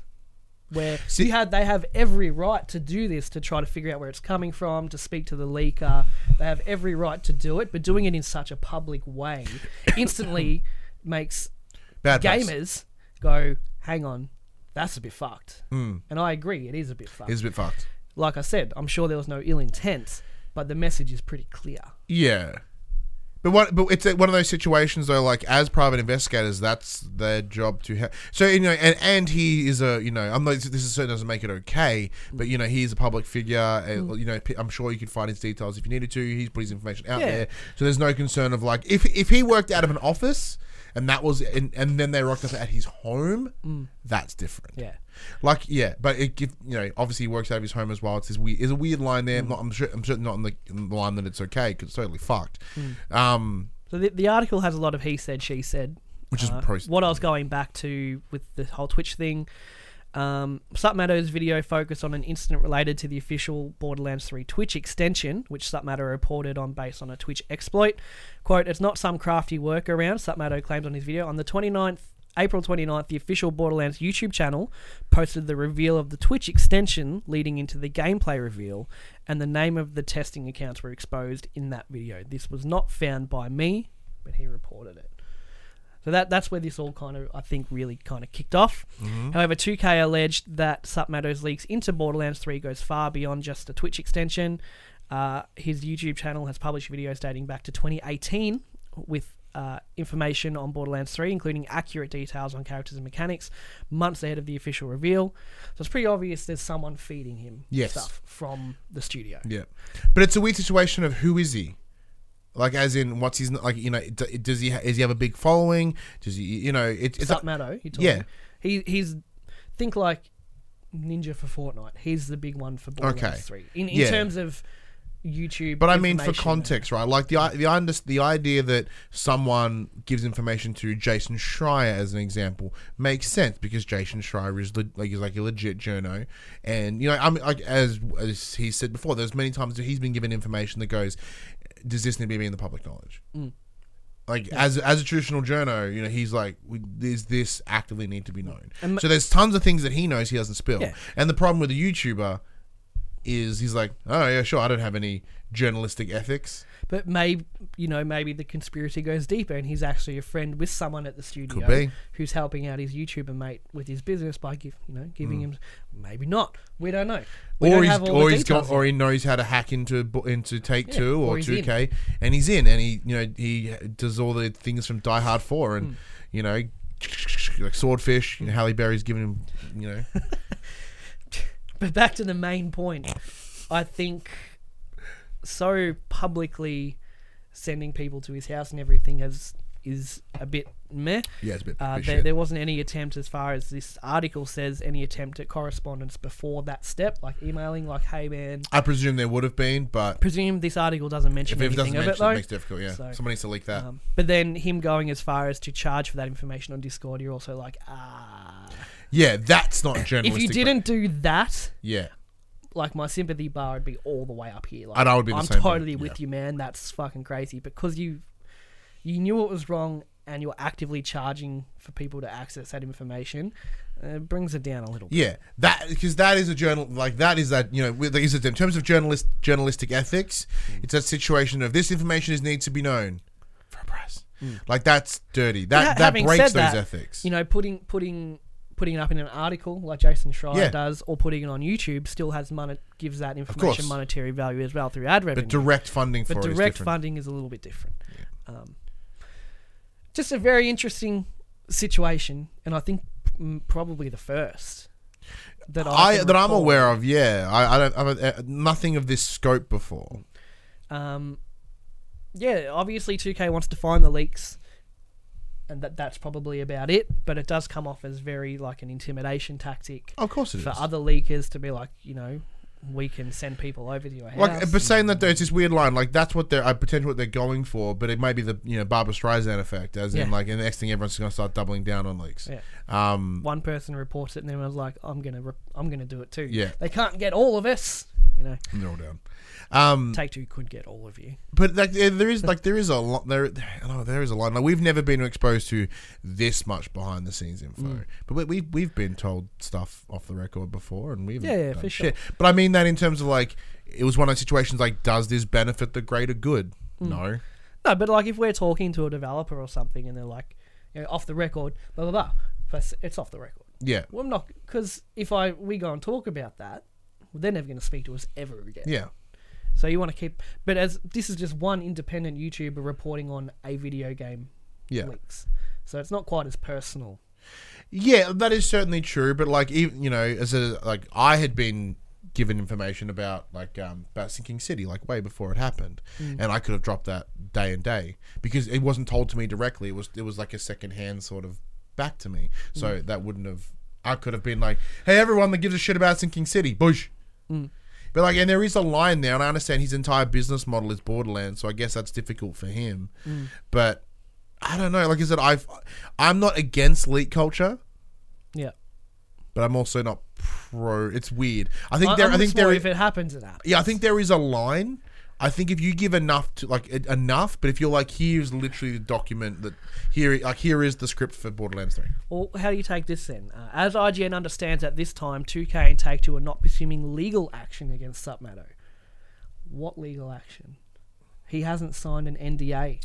Speaker 3: where
Speaker 2: See-
Speaker 3: you had they have every right to do this to try to figure out where it's coming from, to speak to the leaker. They have every right to do it, but doing it in such a public way instantly makes
Speaker 2: Bad press.
Speaker 3: gamers go, "Hang on, that's a bit fucked." Mm. And I agree, it is a bit fucked.
Speaker 2: It's a bit fucked.
Speaker 3: like I said, I'm sure there was no ill intent, but the message is pretty clear.
Speaker 2: Yeah. But what? But it's uh, one of those situations though. Like as private investigators, that's their job to have. So you know, and and he is a you know, I'm not. This is certainly doesn't make it okay. But you know, he's a public figure.
Speaker 3: Mm.
Speaker 2: And, you know, p- I'm sure you could find his details if you needed to. He's put his information out
Speaker 3: Yeah.
Speaker 2: there, so there's no concern of like if if he worked out of an office and that was and, and then they rocked up at his home, that's different.
Speaker 3: Mm. Yeah.
Speaker 2: Like yeah, but it give you know obviously he works out of his home as well. It's this weird, it's a weird line
Speaker 3: Mm.
Speaker 2: there. I'm not, I'm sure, I'm certainly not in the, in the line that it's okay because it's totally fucked.
Speaker 3: Mm.
Speaker 2: Um,
Speaker 3: So the, the article has a lot of he said, she said.
Speaker 2: Which is
Speaker 3: Uh,
Speaker 2: probably-
Speaker 3: what I was going back to with the whole Twitch thing. Um, Submatter's video focused on an incident related to the official Borderlands 3 Twitch extension, which Submatter reported on based on a Twitch exploit. Quote, it's not some crafty workaround, Submatter claims on his video. On the 29th, April 29th, the official Borderlands YouTube channel posted the reveal of the Twitch extension leading into the gameplay reveal, and the name of the testing accounts were exposed in that video. This was not found by me, but he reported it. So that that's where this all kind of I think really kind of kicked off. However, 2K alleged that Submatter's leaks into Borderlands 3 goes far beyond just a Twitch extension. Uh, his YouTube channel has published videos dating back to 2018 with uh, information on Borderlands 3, including accurate details on characters and mechanics, months ahead of the official reveal. So it's pretty obvious there's someone feeding him
Speaker 2: Yes.
Speaker 3: stuff from the studio.
Speaker 2: yeah, but it's a weird situation of who is he. Like as in, what's his like? You know, d- does he ha- does he have a big following? Does he you know? It, it's
Speaker 3: Sat Matto, you're talking.
Speaker 2: Yeah.
Speaker 3: He he's think like Ninja for Fortnite. He's the big one for Borderlands
Speaker 2: Okay.
Speaker 3: Three in, in
Speaker 2: Yeah.
Speaker 3: terms of YouTube.
Speaker 2: But I mean, for
Speaker 3: information.
Speaker 2: context, right? Like the i- the under, the idea that someone gives information to Jason Schreier as an example makes sense because Jason Schreier is le- like is like a legit journo, and you know, I'm like as as he said before, there's many times that he's been given information that goes, does this need to be in the public knowledge? Like as as a traditional journo, you know, he's like, is this actively need to be known?
Speaker 3: And m-
Speaker 2: so there's tons of things that he knows he doesn't spill,
Speaker 3: Yeah.
Speaker 2: and the problem with a YouTuber is he's like, oh yeah, sure, I don't have any journalistic ethics.
Speaker 3: But maybe you know, maybe the conspiracy goes deeper, and he's actually a friend with someone at the studio
Speaker 2: be.
Speaker 3: who's helping out his YouTuber mate with his business by give you know giving him. Maybe not. We don't know. We
Speaker 2: Hmm. or
Speaker 3: don't
Speaker 2: he's,
Speaker 3: have all
Speaker 2: or
Speaker 3: the
Speaker 2: he's got,
Speaker 3: details yet.
Speaker 2: or he knows how to hack into bo- into Take
Speaker 3: Yeah,
Speaker 2: Two
Speaker 3: or
Speaker 2: or
Speaker 3: he's
Speaker 2: Two K, and he's in, and he you know he does all the things from Die Hard Four,
Speaker 3: Hmm.
Speaker 2: and you know like Swordfish, you know, Halle Berry's giving him, you know,
Speaker 3: But back to the main point, I think so publicly sending people to his house and everything has is a bit meh.
Speaker 2: yeah, it's a bit.
Speaker 3: Uh,
Speaker 2: bit
Speaker 3: there,
Speaker 2: shit.
Speaker 3: there wasn't any attempt, as far as this article says, any attempt at correspondence before that step, like emailing, like, "Hey man."
Speaker 2: I presume there would have been, but
Speaker 3: Presume this article doesn't mention
Speaker 2: if it doesn't
Speaker 3: anything
Speaker 2: mention,
Speaker 3: of
Speaker 2: it,
Speaker 3: it though.
Speaker 2: makes it difficult. Yeah,
Speaker 3: So,
Speaker 2: somebody needs to leak that.
Speaker 3: um, but then him going as far as to charge for that information on Discord, you're also like, ah.
Speaker 2: yeah, that's not journalistic.
Speaker 3: If you
Speaker 2: but-
Speaker 3: didn't do that,
Speaker 2: yeah,
Speaker 3: like my sympathy bar would be all the way up here. Like
Speaker 2: And I would be the
Speaker 3: I'm
Speaker 2: same thing,
Speaker 3: totally
Speaker 2: yeah.
Speaker 3: with you, man. That's fucking crazy because you you knew it was wrong and you're actively charging for people to access that information, uh, it brings it down a little bit.
Speaker 2: Yeah, that because that is a journal like that is that you know with- is it in terms of journalist journalistic ethics,
Speaker 3: Hmm.
Speaker 2: it's that situation of this information is needs to be known for a price. Like that's dirty.
Speaker 3: But ha-
Speaker 2: That that
Speaker 3: having
Speaker 2: breaks
Speaker 3: said
Speaker 2: those
Speaker 3: that,
Speaker 2: ethics.
Speaker 3: You know, putting putting putting it up in an article like Jason Schreier
Speaker 2: Yeah.
Speaker 3: does, or putting it on YouTube, still has monet gives that information
Speaker 2: course.
Speaker 3: monetary value as well through ad revenue.
Speaker 2: but direct funding for
Speaker 3: but
Speaker 2: it is
Speaker 3: direct
Speaker 2: different.
Speaker 3: funding is a little bit different. Um, just a very interesting situation, and I think mm, probably the first that I,
Speaker 2: I,
Speaker 3: can
Speaker 2: that I'm
Speaker 3: recall.
Speaker 2: aware of, yeah, I, I don't, I've uh, nothing of this scope before.
Speaker 3: Um, yeah, obviously 2K wants to find the leaks, and that that's probably about it. But it does come off as very like an intimidation tactic
Speaker 2: Of course, it is.
Speaker 3: for other leakers to be like, you know, we can send people over to your house.
Speaker 2: Like, uh, but saying that though, it's this weird line. Like, that's what they're uh, potentially what they're going for, but it might be the you know Barbara Streisand effect, as in
Speaker 3: Yeah.
Speaker 2: like, and the next thing everyone's going to start doubling down on leaks.
Speaker 3: Yeah.
Speaker 2: Um,
Speaker 3: One person reports it, and everyone's like, I'm gonna, re- I'm gonna do it too.
Speaker 2: Yeah.
Speaker 3: they can't get all of us. You know,
Speaker 2: and they're all down. Um,
Speaker 3: Take Two could get all of you.
Speaker 2: but like, there there is like there is a lot there. I don't know, there is a lot. Like, we've never been exposed to this much behind the scenes info,
Speaker 3: Mm.
Speaker 2: but we, we've we've been told stuff off the record before, and we've
Speaker 3: Yeah, yeah, for sure.
Speaker 2: But I mean that in terms of like, it was one of those situations like, does this benefit the greater good?
Speaker 3: Mm.
Speaker 2: No.
Speaker 3: No, but like if we're talking to a developer or something, and they're like, you know, off the record, blah blah blah. But it's off the record.
Speaker 2: Yeah.
Speaker 3: Well, I'm not because if I we go and talk about that, well, they're never going to speak to us ever again.
Speaker 2: Yeah.
Speaker 3: So you want to keep, but as this is just one independent YouTuber reporting on a video game
Speaker 2: Yeah.
Speaker 3: leaks, so it's not quite as personal.
Speaker 2: Yeah, that is certainly true. But like, even you know, as a like, I had been given information about like um, about sinking city like way before it happened, and I could have dropped that day and day because it wasn't told to me directly. It was it was like a second hand sort of back to me, so that wouldn't have. I could have been like, "Hey, everyone that gives a shit about sinking city, bush." But like, and there is a line there, and I understand his entire business model is Borderlands, so I guess that's difficult for him. But I don't know. Like I said, I've I'm not against leak culture
Speaker 3: Yeah,
Speaker 2: but I'm also not pro. It's weird. I think
Speaker 3: I,
Speaker 2: there.
Speaker 3: I'm
Speaker 2: I think
Speaker 3: just more
Speaker 2: there.
Speaker 3: if it happens, it happens.
Speaker 2: yeah, I think there is a line. I think if you give enough to like e- enough, but if you're like, here's literally the document that here, like here is the script for Borderlands Three.
Speaker 3: Well, how do you take this then? Uh, as IGN understands at this time, 2K and Take Two are not pursuing legal action against Submato. What legal action? He hasn't signed an NDA.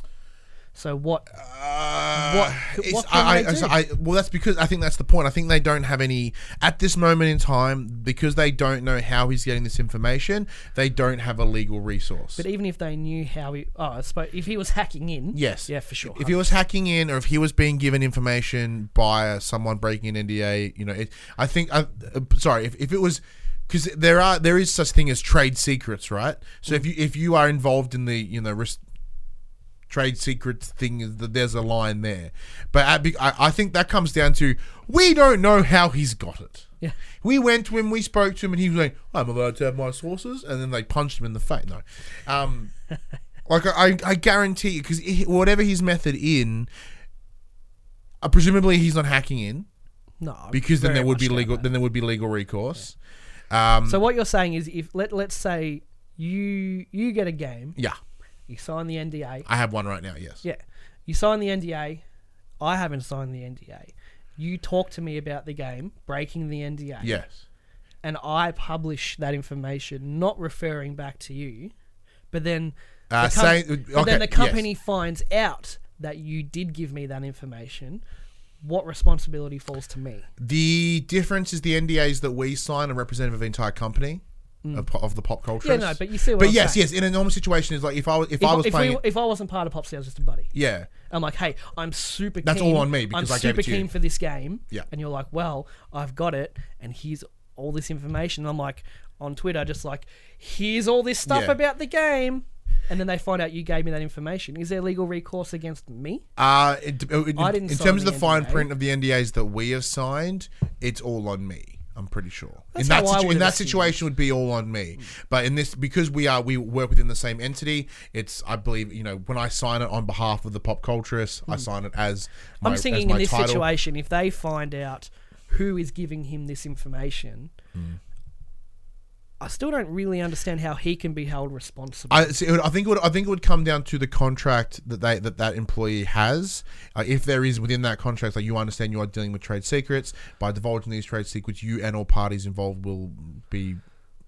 Speaker 3: So what?
Speaker 2: Uh,
Speaker 3: What-
Speaker 2: it's-
Speaker 3: what can
Speaker 2: I,
Speaker 3: they
Speaker 2: I-
Speaker 3: do?
Speaker 2: I- well, that's because I think that's the point. I think they don't have any at this moment in time because they don't know how he's getting this information. They don't have a legal resource.
Speaker 3: But even if they knew how he, oh, I suppose if he was hacking in,
Speaker 2: Yes.
Speaker 3: yeah, for sure.
Speaker 2: If he was hacking in, or if he was being given information by uh, someone breaking an NDA, you know, it, I think. I, uh, sorry, if, if it was, because there are there is such thing as trade secrets, right? So
Speaker 3: Mm.
Speaker 2: if you if you are involved in the you know risk, trade secrets thing, is that there's a line there. But at, be- I, I think that comes down to we don't know how he's got it.
Speaker 3: Yeah.
Speaker 2: We went when we spoke to him, and he was like, "I'm allowed to have my sources," and then they punched him in the face. No, um, like I, I- I guarantee you, because whatever his method in, uh, presumably he's not hacking in,
Speaker 3: no, I
Speaker 2: because then
Speaker 3: very
Speaker 2: there would be
Speaker 3: much doubt
Speaker 2: legal,
Speaker 3: that.
Speaker 2: then there would be legal recourse. Yeah. Um,
Speaker 3: So what you're saying is, if let let's say you you get a game,
Speaker 2: yeah,
Speaker 3: you sign the NDA.
Speaker 2: I have one right now. Yes.
Speaker 3: Yeah, you sign the NDA. I haven't signed the NDA. You talk to me about the game, breaking the NDA.
Speaker 2: Yes.
Speaker 3: and I publish that information, not referring back to you, but then
Speaker 2: Uh,
Speaker 3: the
Speaker 2: say-
Speaker 3: but
Speaker 2: okay,
Speaker 3: then the
Speaker 2: yes.
Speaker 3: company finds out that you did give me that information. What responsibility falls to me?
Speaker 2: The difference is the NDAs that we sign are representative of the entire company. Of, po- of the pop culture,
Speaker 3: Mm. Yeah, no, but you see what
Speaker 2: But
Speaker 3: I'm
Speaker 2: yes,
Speaker 3: saying.
Speaker 2: yes, in a normal situation, is like if I was if,
Speaker 3: If,
Speaker 2: I was
Speaker 3: if,
Speaker 2: playing,
Speaker 3: we,
Speaker 2: it,
Speaker 3: if I wasn't part of Pop Sales, just a buddy.
Speaker 2: yeah,
Speaker 3: I'm like, hey, I'm super.
Speaker 2: That's
Speaker 3: keen.
Speaker 2: all on me because
Speaker 3: I'm
Speaker 2: I gave it
Speaker 3: super
Speaker 2: to you.
Speaker 3: keen for this game.
Speaker 2: Yeah.
Speaker 3: And you're like, well, I've got it, and here's all this information. And I'm like, on Twitter, just like, here's all this stuff
Speaker 2: Yeah.
Speaker 3: about the game, and then they find out you gave me that information. Is there legal recourse against me?
Speaker 2: Uh, it, it, it-
Speaker 3: I didn't
Speaker 2: in
Speaker 3: sign
Speaker 2: terms of
Speaker 3: the
Speaker 2: the fine
Speaker 3: NDA.
Speaker 2: print of the NDAs that we have signed, it's all on me. I'm pretty sure.
Speaker 3: That's
Speaker 2: in that,
Speaker 3: how I
Speaker 2: situ-
Speaker 3: would Mm.
Speaker 2: in that
Speaker 3: have assumed.
Speaker 2: situation, would be all on me. But in this, because we are we work within the same entity, it's I believe you know when I sign it on behalf of the pop culturists, I sign it as my,
Speaker 3: Mm. I'm
Speaker 2: as
Speaker 3: thinking
Speaker 2: my
Speaker 3: in this
Speaker 2: title.
Speaker 3: situation, if
Speaker 2: Hmm.
Speaker 3: they find out who is giving him this information, I still don't really understand how he can be held responsible.
Speaker 2: I, see, it would- I think it would, I think it would come down to the contract that they that that employee has. Uh, if there is within that contract, like you understand, you are dealing with trade secrets. By divulging these trade secrets, you and all parties involved will be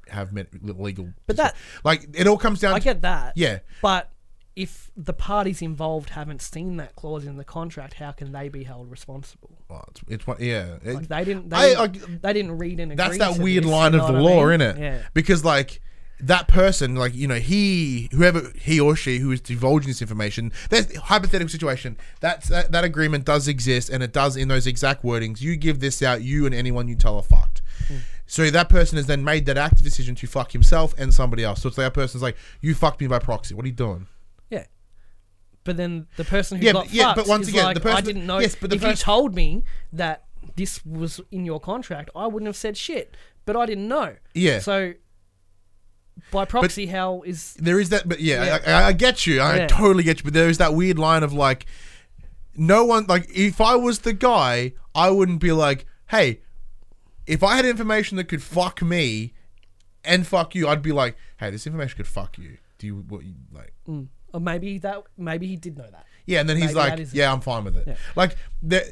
Speaker 2: have met legal.
Speaker 3: But that-
Speaker 2: like it all comes down.
Speaker 3: I
Speaker 2: to,
Speaker 3: get that.
Speaker 2: yeah.
Speaker 3: But if the parties involved haven't seen that clause in the contract, how can they be held responsible?
Speaker 2: Well, it's, it's one. Yeah. It-
Speaker 3: Like they didn't. They,
Speaker 2: I-
Speaker 3: didn't- they didn't read and agree.
Speaker 2: that's that
Speaker 3: to
Speaker 2: weird
Speaker 3: this,
Speaker 2: line
Speaker 3: you
Speaker 2: of
Speaker 3: know
Speaker 2: the
Speaker 3: what I
Speaker 2: law,
Speaker 3: mean?
Speaker 2: innit?
Speaker 3: Yeah.
Speaker 2: Because like that person, like you know, he whoever he or she who is divulging this information, there's hypothetical situation. That's that, that agreement does exist, and it does in those exact wordings. You give this out, you and anyone you tell are fucked.
Speaker 3: Hmm.
Speaker 2: So that person has then made that active decision to fuck himself and somebody else. So it's like that person's like, "You fucked me by proxy. What are you doing?"
Speaker 3: Yeah. But then the person who
Speaker 2: Yeah,
Speaker 3: got
Speaker 2: but- yeah,
Speaker 3: fucked
Speaker 2: but once
Speaker 3: is
Speaker 2: again,
Speaker 3: like,
Speaker 2: the person
Speaker 3: I
Speaker 2: that-
Speaker 3: didn't know.
Speaker 2: yes, but the
Speaker 3: if you
Speaker 2: person-
Speaker 3: told me that this was in your contract, I wouldn't have said shit. But I didn't know.
Speaker 2: Yeah.
Speaker 3: So by proxy, how is
Speaker 2: there is that but yeah,
Speaker 3: Yeah.
Speaker 2: I, I, I get you i
Speaker 3: Yeah.
Speaker 2: totally get you but there is that weird line of like no one like if i was the guy i wouldn't be like hey if i had information that could fuck me and fuck you i'd be like hey this information could fuck you do you what you like
Speaker 3: or maybe that maybe he did know that.
Speaker 2: yeah, and then he's
Speaker 3: Maybe Mm. that
Speaker 2: like,
Speaker 3: is it.
Speaker 2: "Yeah, I'm fine with it."
Speaker 3: Yeah.
Speaker 2: Like there,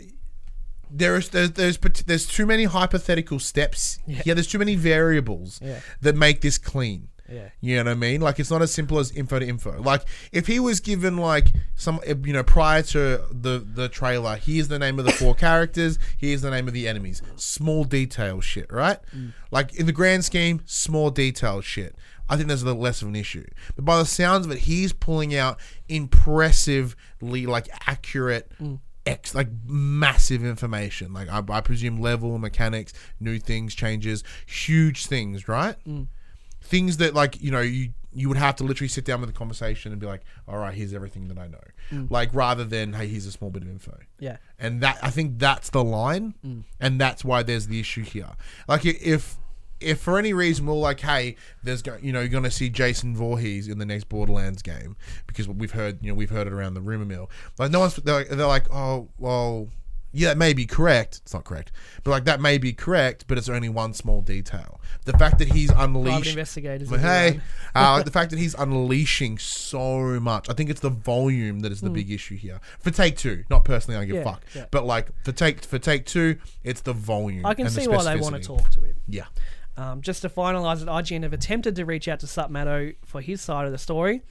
Speaker 2: there is there's there's pat- there's too many hypothetical steps. Yeah, there's too many variables
Speaker 3: Yeah.
Speaker 2: that make this clean.
Speaker 3: Yeah.
Speaker 2: you know what I mean. Like it's not as simple as info to info. Like if he was given like some eh, you know prior to the the trailer, here's the name of the four characters, here's the name of the enemies. Small detail shit, right? Like in the grand scheme, small detail shit. I think there's a little less of an issue. But by the sounds of it, he's pulling out impressively like accurate, ex like massive information. Like I, I presume level mechanics, new things, changes, huge things, right? Things that like you know you you would have to literally sit down with a conversation and be like, all right, here's everything that I know. Like rather than hey, here's a small bit of info.
Speaker 3: Yeah.
Speaker 2: And that I think that's the line, and that's why there's the issue here. Like i- if if for any reason we're like, hey, there's go- you know you're gonna see Jason Voorhees in the next Borderlands game because we've heard you know we've heard it around the rumor mill. Like no one's they're like, they're like oh well. Yeah, that may be correct. It's not correct, but like that may be correct, but it's only one small detail. The fact that he's
Speaker 3: Private
Speaker 2: unleashed,
Speaker 3: investigators.
Speaker 2: but hey,
Speaker 3: everyone.
Speaker 2: uh, the fact that he's unleashing so much, I think it's the volume that is the big issue here. For take two, not personally, I don't give a
Speaker 3: Hmm. Yeah,
Speaker 2: fuck.
Speaker 3: yeah.
Speaker 2: But like for take for take two, it's the volume.
Speaker 3: I can
Speaker 2: and the
Speaker 3: see why they want to
Speaker 2: specificity.
Speaker 3: talk to him.
Speaker 2: Yeah,
Speaker 3: Um, just to finalise it, IGN have attempted to reach out to Supmato for his side of the story,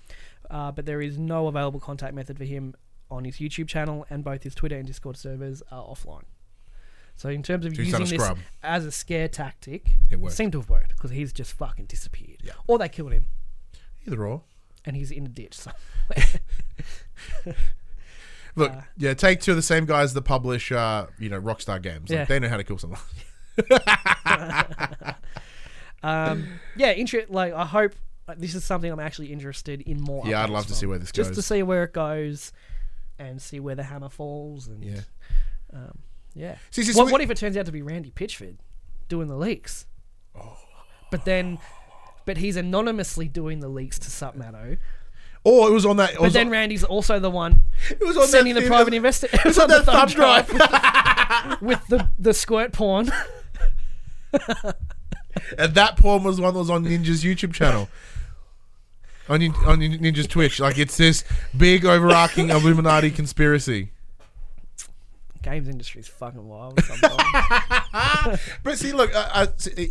Speaker 3: uh, but there is no available contact method for him on his YouTube channel, and both his Twitter and Discord servers are offline. So in terms of
Speaker 2: So he's done
Speaker 3: using
Speaker 2: a
Speaker 3: this
Speaker 2: scrub.
Speaker 3: as a scare tactic,
Speaker 2: It worked.
Speaker 3: seemed to have worked because he's just fucking disappeared,
Speaker 2: Yeah.
Speaker 3: or they killed him
Speaker 2: either or.
Speaker 3: and he's in a ditch. So.
Speaker 2: Look,
Speaker 3: Uh,
Speaker 2: yeah, take two are the same guys that publish, uh, you know, Rockstar games. Like,
Speaker 3: Yeah.
Speaker 2: They know how to kill someone.
Speaker 3: Um, yeah, inter- like I hope like, this is something I'm actually interested in more.
Speaker 2: yeah, I'd
Speaker 3: updates
Speaker 2: love to
Speaker 3: from.
Speaker 2: see where this
Speaker 3: just
Speaker 2: goes.
Speaker 3: to see where it goes and see where the hammer falls and
Speaker 2: Yeah.
Speaker 3: um, yeah
Speaker 2: See, see, so
Speaker 3: what,
Speaker 2: we-
Speaker 3: what if it turns out to be randy pitchford doing the leaks but then but he's anonymously doing the leaks to Submato.
Speaker 2: Or it was on that. It
Speaker 3: But
Speaker 2: was
Speaker 3: then
Speaker 2: on,
Speaker 3: Randy's also the one
Speaker 2: it was on that
Speaker 3: sending the
Speaker 2: thing-
Speaker 3: private investigator
Speaker 2: It was on that thumb drive.
Speaker 3: with the, the squirt porn.
Speaker 2: And that porn was the one that was on Ninja's YouTube channel. On, Nin- on Nin- Ninja's Twitch. Like, it's this big overarching Illuminati conspiracy.
Speaker 3: Games industry's fucking wild. sometimes.
Speaker 2: But see, look, I, I, see,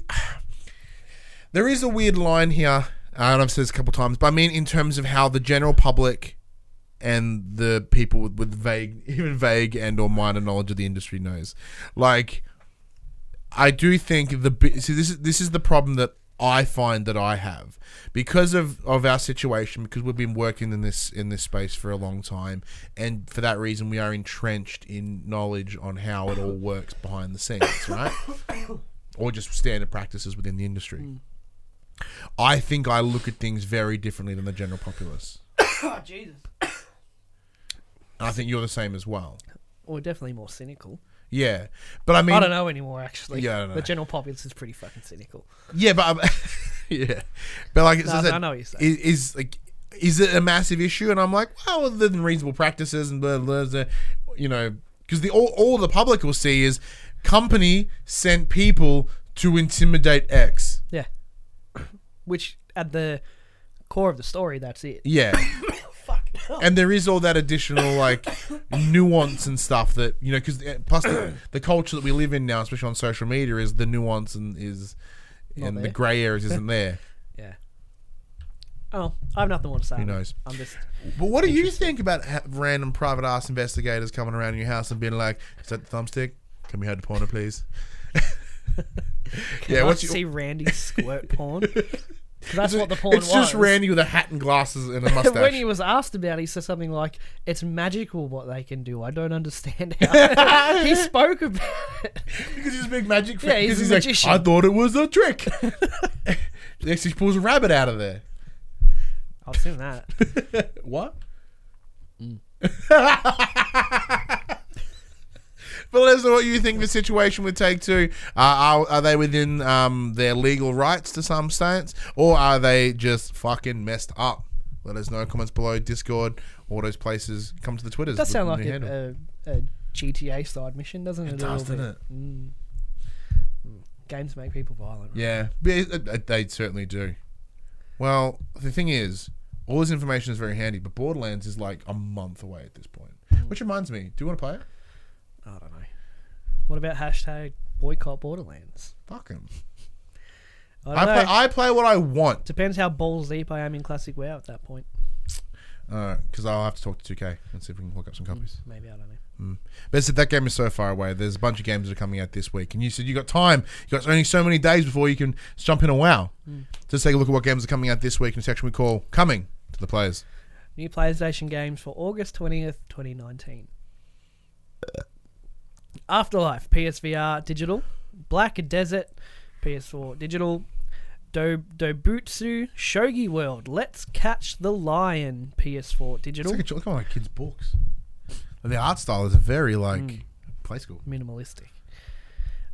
Speaker 2: there is a weird line here, and I've said this a couple times, but I mean in terms of how the general public and the people with, with vague, even vague and or minor knowledge of the industry knows. Like, I do think the bi- see this is this is the problem that I find that I have because of of our situation because we've been working in this in this space for a long time and for that reason we are entrenched in knowledge on how it all works behind the scenes right or just standard practices within the industry.
Speaker 3: Hmm.
Speaker 2: I think I look at things very differently than the general populace.
Speaker 3: oh Jesus!
Speaker 2: And I think you're the same as well.
Speaker 3: Or definitely more cynical.
Speaker 2: Yeah, but I mean,
Speaker 3: I don't know anymore. Actually,
Speaker 2: Yeah, I don't know.
Speaker 3: the general populace is pretty fucking cynical.
Speaker 2: Yeah, but I'm, yeah, but like as
Speaker 3: No,
Speaker 2: I said,
Speaker 3: I know what you're saying.
Speaker 2: Is, is like is it a massive issue? And I'm like, well, other than reasonable practices and blah blah, blah you know, because the all, all the public will see is company sent people to intimidate X.
Speaker 3: Yeah, which at the core of the story, that's it.
Speaker 2: Yeah.
Speaker 3: Fuck.
Speaker 2: and there is all that additional like nuance and stuff that you know because plus the, the culture that we live in now especially on social media is the nuance and is and the
Speaker 3: there.
Speaker 2: gray areas isn't there
Speaker 3: yeah. Oh, I have nothing more to say. Who
Speaker 2: knows?
Speaker 3: I'm just.
Speaker 2: but what do you think about ha- random private ass investigators coming around your house and being like is that the thumbstick can we have the pointer please yeah
Speaker 3: I
Speaker 2: what's
Speaker 3: see
Speaker 2: your
Speaker 3: Randy squirt porn. 'Cause That's what the porn
Speaker 2: it's
Speaker 3: was.
Speaker 2: just Randy with a hat and glasses and a mustache.
Speaker 3: When he was asked about, it, he said something like, "It's magical what they can do. I don't understand how." he spoke about it.
Speaker 2: Because he's a big magic freak.
Speaker 3: Yeah, he's
Speaker 2: Because
Speaker 3: a magician.
Speaker 2: Like, I thought it was a trick. Next, he pulls a rabbit out of there.
Speaker 3: I've seen that.
Speaker 2: What?
Speaker 3: Mm.
Speaker 2: but let us know what you think of the situation with Take Two. Uh, are, are they within um, their legal rights to some stance, or are they just fucking messed up? Let us know. Comments below, Discord, all those places. Come to the Twitters.
Speaker 3: does sound
Speaker 2: Look
Speaker 3: like uh,
Speaker 2: in the handle.
Speaker 3: a, a, a GTA side mission, doesn't it? a
Speaker 2: does,
Speaker 3: little
Speaker 2: doesn't
Speaker 3: bit? Mm. Games make people violent. right?
Speaker 2: Yeah, but it- it- it- they certainly do. Well, the thing is, all this information is very handy, but Borderlands is like a month away at this point.
Speaker 3: Mm.
Speaker 2: Which reminds me, do you want to play it?
Speaker 3: I don't know. What about hashtag boycott Borderlands?
Speaker 2: Fuck 'em.
Speaker 3: I
Speaker 2: I
Speaker 3: don't know.
Speaker 2: play, I play what I want
Speaker 3: Depends how balls deep I am in Classic WoW at that point.
Speaker 2: because I'll have to talk to 2K and see if we can hook up some copies. Mm.
Speaker 3: Maybe I don't know.
Speaker 2: But it's that- that game is so far away. There's a bunch of games that are coming out this week, and you said you got time. You got only so many days before you can jump in a WoW. Just take a look at what games are coming out this week in a section we call "Coming to the Players."
Speaker 3: New PlayStation games for August 20th, 2019. Afterlife, PSVR digital. Black Desert, PS4 digital. Do- Dobutsu, Shogi World, Let's Catch the Lion, PS4
Speaker 2: It's
Speaker 3: digital.
Speaker 2: like a, look at my kids' books. The art style is very like play school.
Speaker 3: Minimalistic.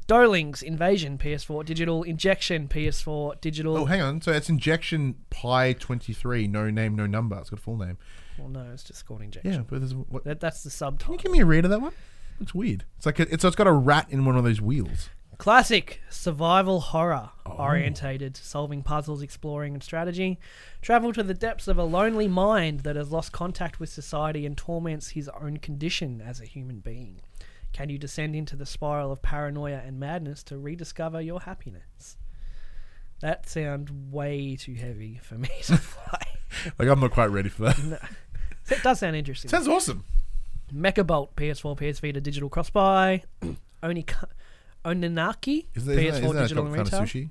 Speaker 3: Dolings, Invasion, PS4 digital. Injection, PS4 digital.
Speaker 2: Oh, hang on. So it's injection pi twenty three. No name, no number. It's got a full name.
Speaker 3: well, no, it's just called Injection.
Speaker 2: Yeah, but there's what? Can
Speaker 3: That, that's the subtitle.
Speaker 2: you give me a read of that one? Looks weird. It's like a, it's, it's got a rat in one of those wheels.
Speaker 3: Classic survival horror
Speaker 2: Oh.
Speaker 3: orientated, solving puzzles, exploring, and strategy. Travel to the depths of a lonely mind that has lost contact with society and torments his own condition as a human being. Can you descend into the spiral of paranoia and madness to rediscover your happiness? That sounds way too heavy for me to fly.
Speaker 2: Like I'm not quite ready for that.
Speaker 3: it does sound interesting.
Speaker 2: Sounds awesome.
Speaker 3: Mecha Bolt, PS4, PS Vita, digital cross buy. Onika- Oninaki,
Speaker 2: Is
Speaker 3: PS4
Speaker 2: there, isn't there, isn't
Speaker 3: digital
Speaker 2: there a
Speaker 3: and
Speaker 2: kind of
Speaker 3: retail.
Speaker 2: sushi?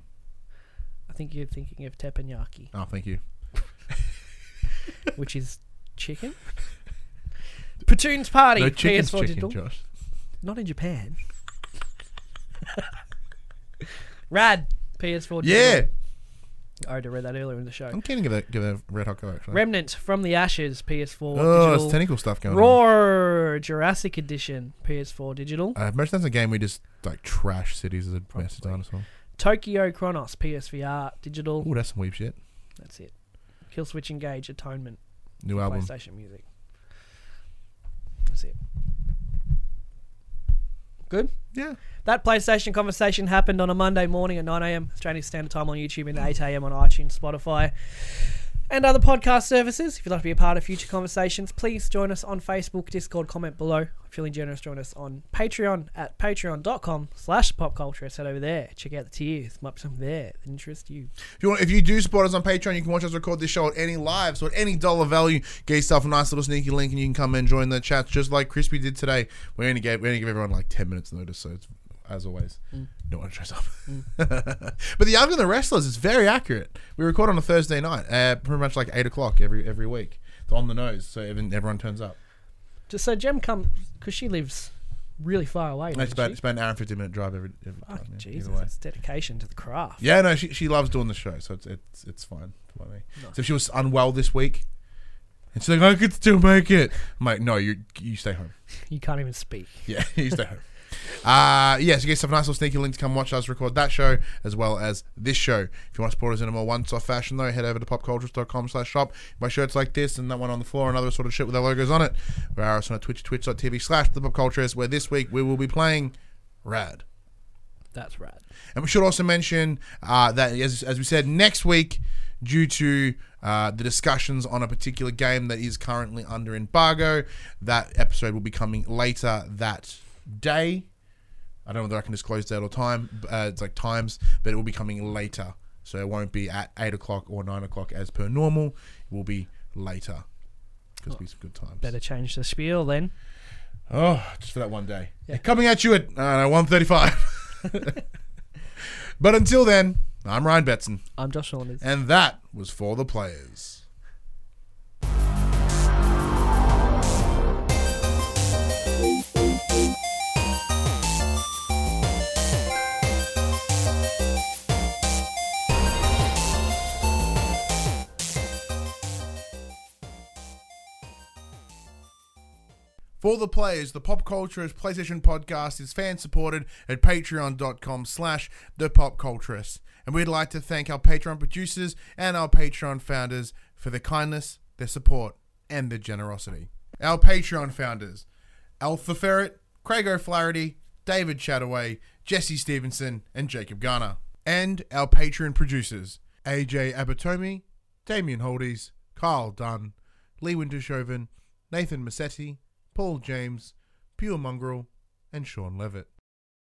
Speaker 3: I think you're thinking of teppanyaki,
Speaker 2: Oh, thank you.
Speaker 3: which is chicken. Platoon's Party,
Speaker 2: No chicken's
Speaker 3: PS4
Speaker 2: chicken,
Speaker 3: digital.
Speaker 2: Josh.
Speaker 3: Not in Japan. Rad, PS4
Speaker 2: Yeah,
Speaker 3: digital. I already read that earlier in the show.
Speaker 2: I'm keen to give that give that a red hot go actually.
Speaker 3: Remnant from the Ashes, PS4
Speaker 2: oh, it's
Speaker 3: digital.
Speaker 2: technical stuff going on.
Speaker 3: Roar, Jurassic Edition, PS4 digital.
Speaker 2: I imagine that's a game we just like trash cities as a massive dinosaur.
Speaker 3: Tokyo Chronos, PSVR digital.
Speaker 2: Oh, that's some weeb shit.
Speaker 3: That's it. Kill Switch Engage, Atonement,
Speaker 2: New album.
Speaker 3: PlayStation Music. That's it. Good.
Speaker 2: Yeah.
Speaker 3: That PlayStation conversation happened on a Monday morning at 9 a.m. Australian Standard Time on YouTube and 8 a.m. on iTunes, Spotify, and other podcast services. If you'd like to be a part of future conversations, please join us on Facebook, Discord, comment below. If you're feeling generous, join us on Patreon at patreon.com slash popculture. Head over there, check out the tiers, might be something there that interests you.
Speaker 2: If you, want, if you do support us on Patreon, you can watch us record this show at any live. So at any dollar value, get yourself a nice little sneaky link, and you can come and join the chat just like Crispy did today. We only gave we only give everyone like ten minutes notice, so it's, as always,
Speaker 3: Mm.
Speaker 2: no one shows up. but the Young and the Wrestlers is very accurate. We record on a Thursday night, uh, pretty much like eight o'clock every every week. It's on the nose, so even, everyone turns up.
Speaker 3: Just so Jem comes, because she lives really far away.
Speaker 2: It's
Speaker 3: doesn't
Speaker 2: about
Speaker 3: she?
Speaker 2: it's about an hour and fifteen minute drive every, every
Speaker 3: Fuck,
Speaker 2: time. yeah, either
Speaker 3: Jesus,
Speaker 2: way.
Speaker 3: that's dedication to the craft.
Speaker 2: Yeah, no, she, she loves doing the show, so it's it's it's fine for me. So if she was unwell this week, and she's like, I could still make it. I'm like, no, you you stay home.
Speaker 3: You can't even speak.
Speaker 2: Yeah, you stay home. Uh, yeah, so you get some nice little sneaky link to come watch us record that show as well as this show. If you want to support us in a more one-off fashion, though, head over to popcultures.com slash shop. My shirts like this and that one on the floor and other sort of shit with our logos on it. We are also on Twitch, twitch.tv slash the popcultures, where this week we will be playing Rad.
Speaker 3: That's right.
Speaker 2: And we should also mention uh, that, as, as we said, next week, due to uh, the discussions on a particular game that is currently under embargo, that episode will be coming later that day. I don't know whether I can disclose that or time. Uh, it's like times, but it will be coming later. So it won't be at 8 o'clock or 9 o'clock as per normal. It will be later because we have good times.
Speaker 3: Better change the spiel then.
Speaker 2: Oh, just for that one day. Coming at you at uh, 135. but until then, I'm Ryan Betson,
Speaker 3: I'm Josh Saunders.
Speaker 2: and that was for the players. For the players, the Pop Culturist PlayStation podcast is fan supported at patreon.com slash the Pop Culturist. And we'd like to thank our Patreon producers and our Patreon founders for their kindness, their support, and their generosity. Our Patreon founders, Alpha Ferret, Craig O'Flaherty, David Chataway, Jesse Stevenson, and Jacob Garner. And our Patreon producers, AJ Abatomi, Damien Holdies, Kyle Dunn, Lee Wintershoven, Nathan Massetti, Paul James, Pure Mongrel, and Sean Levitt.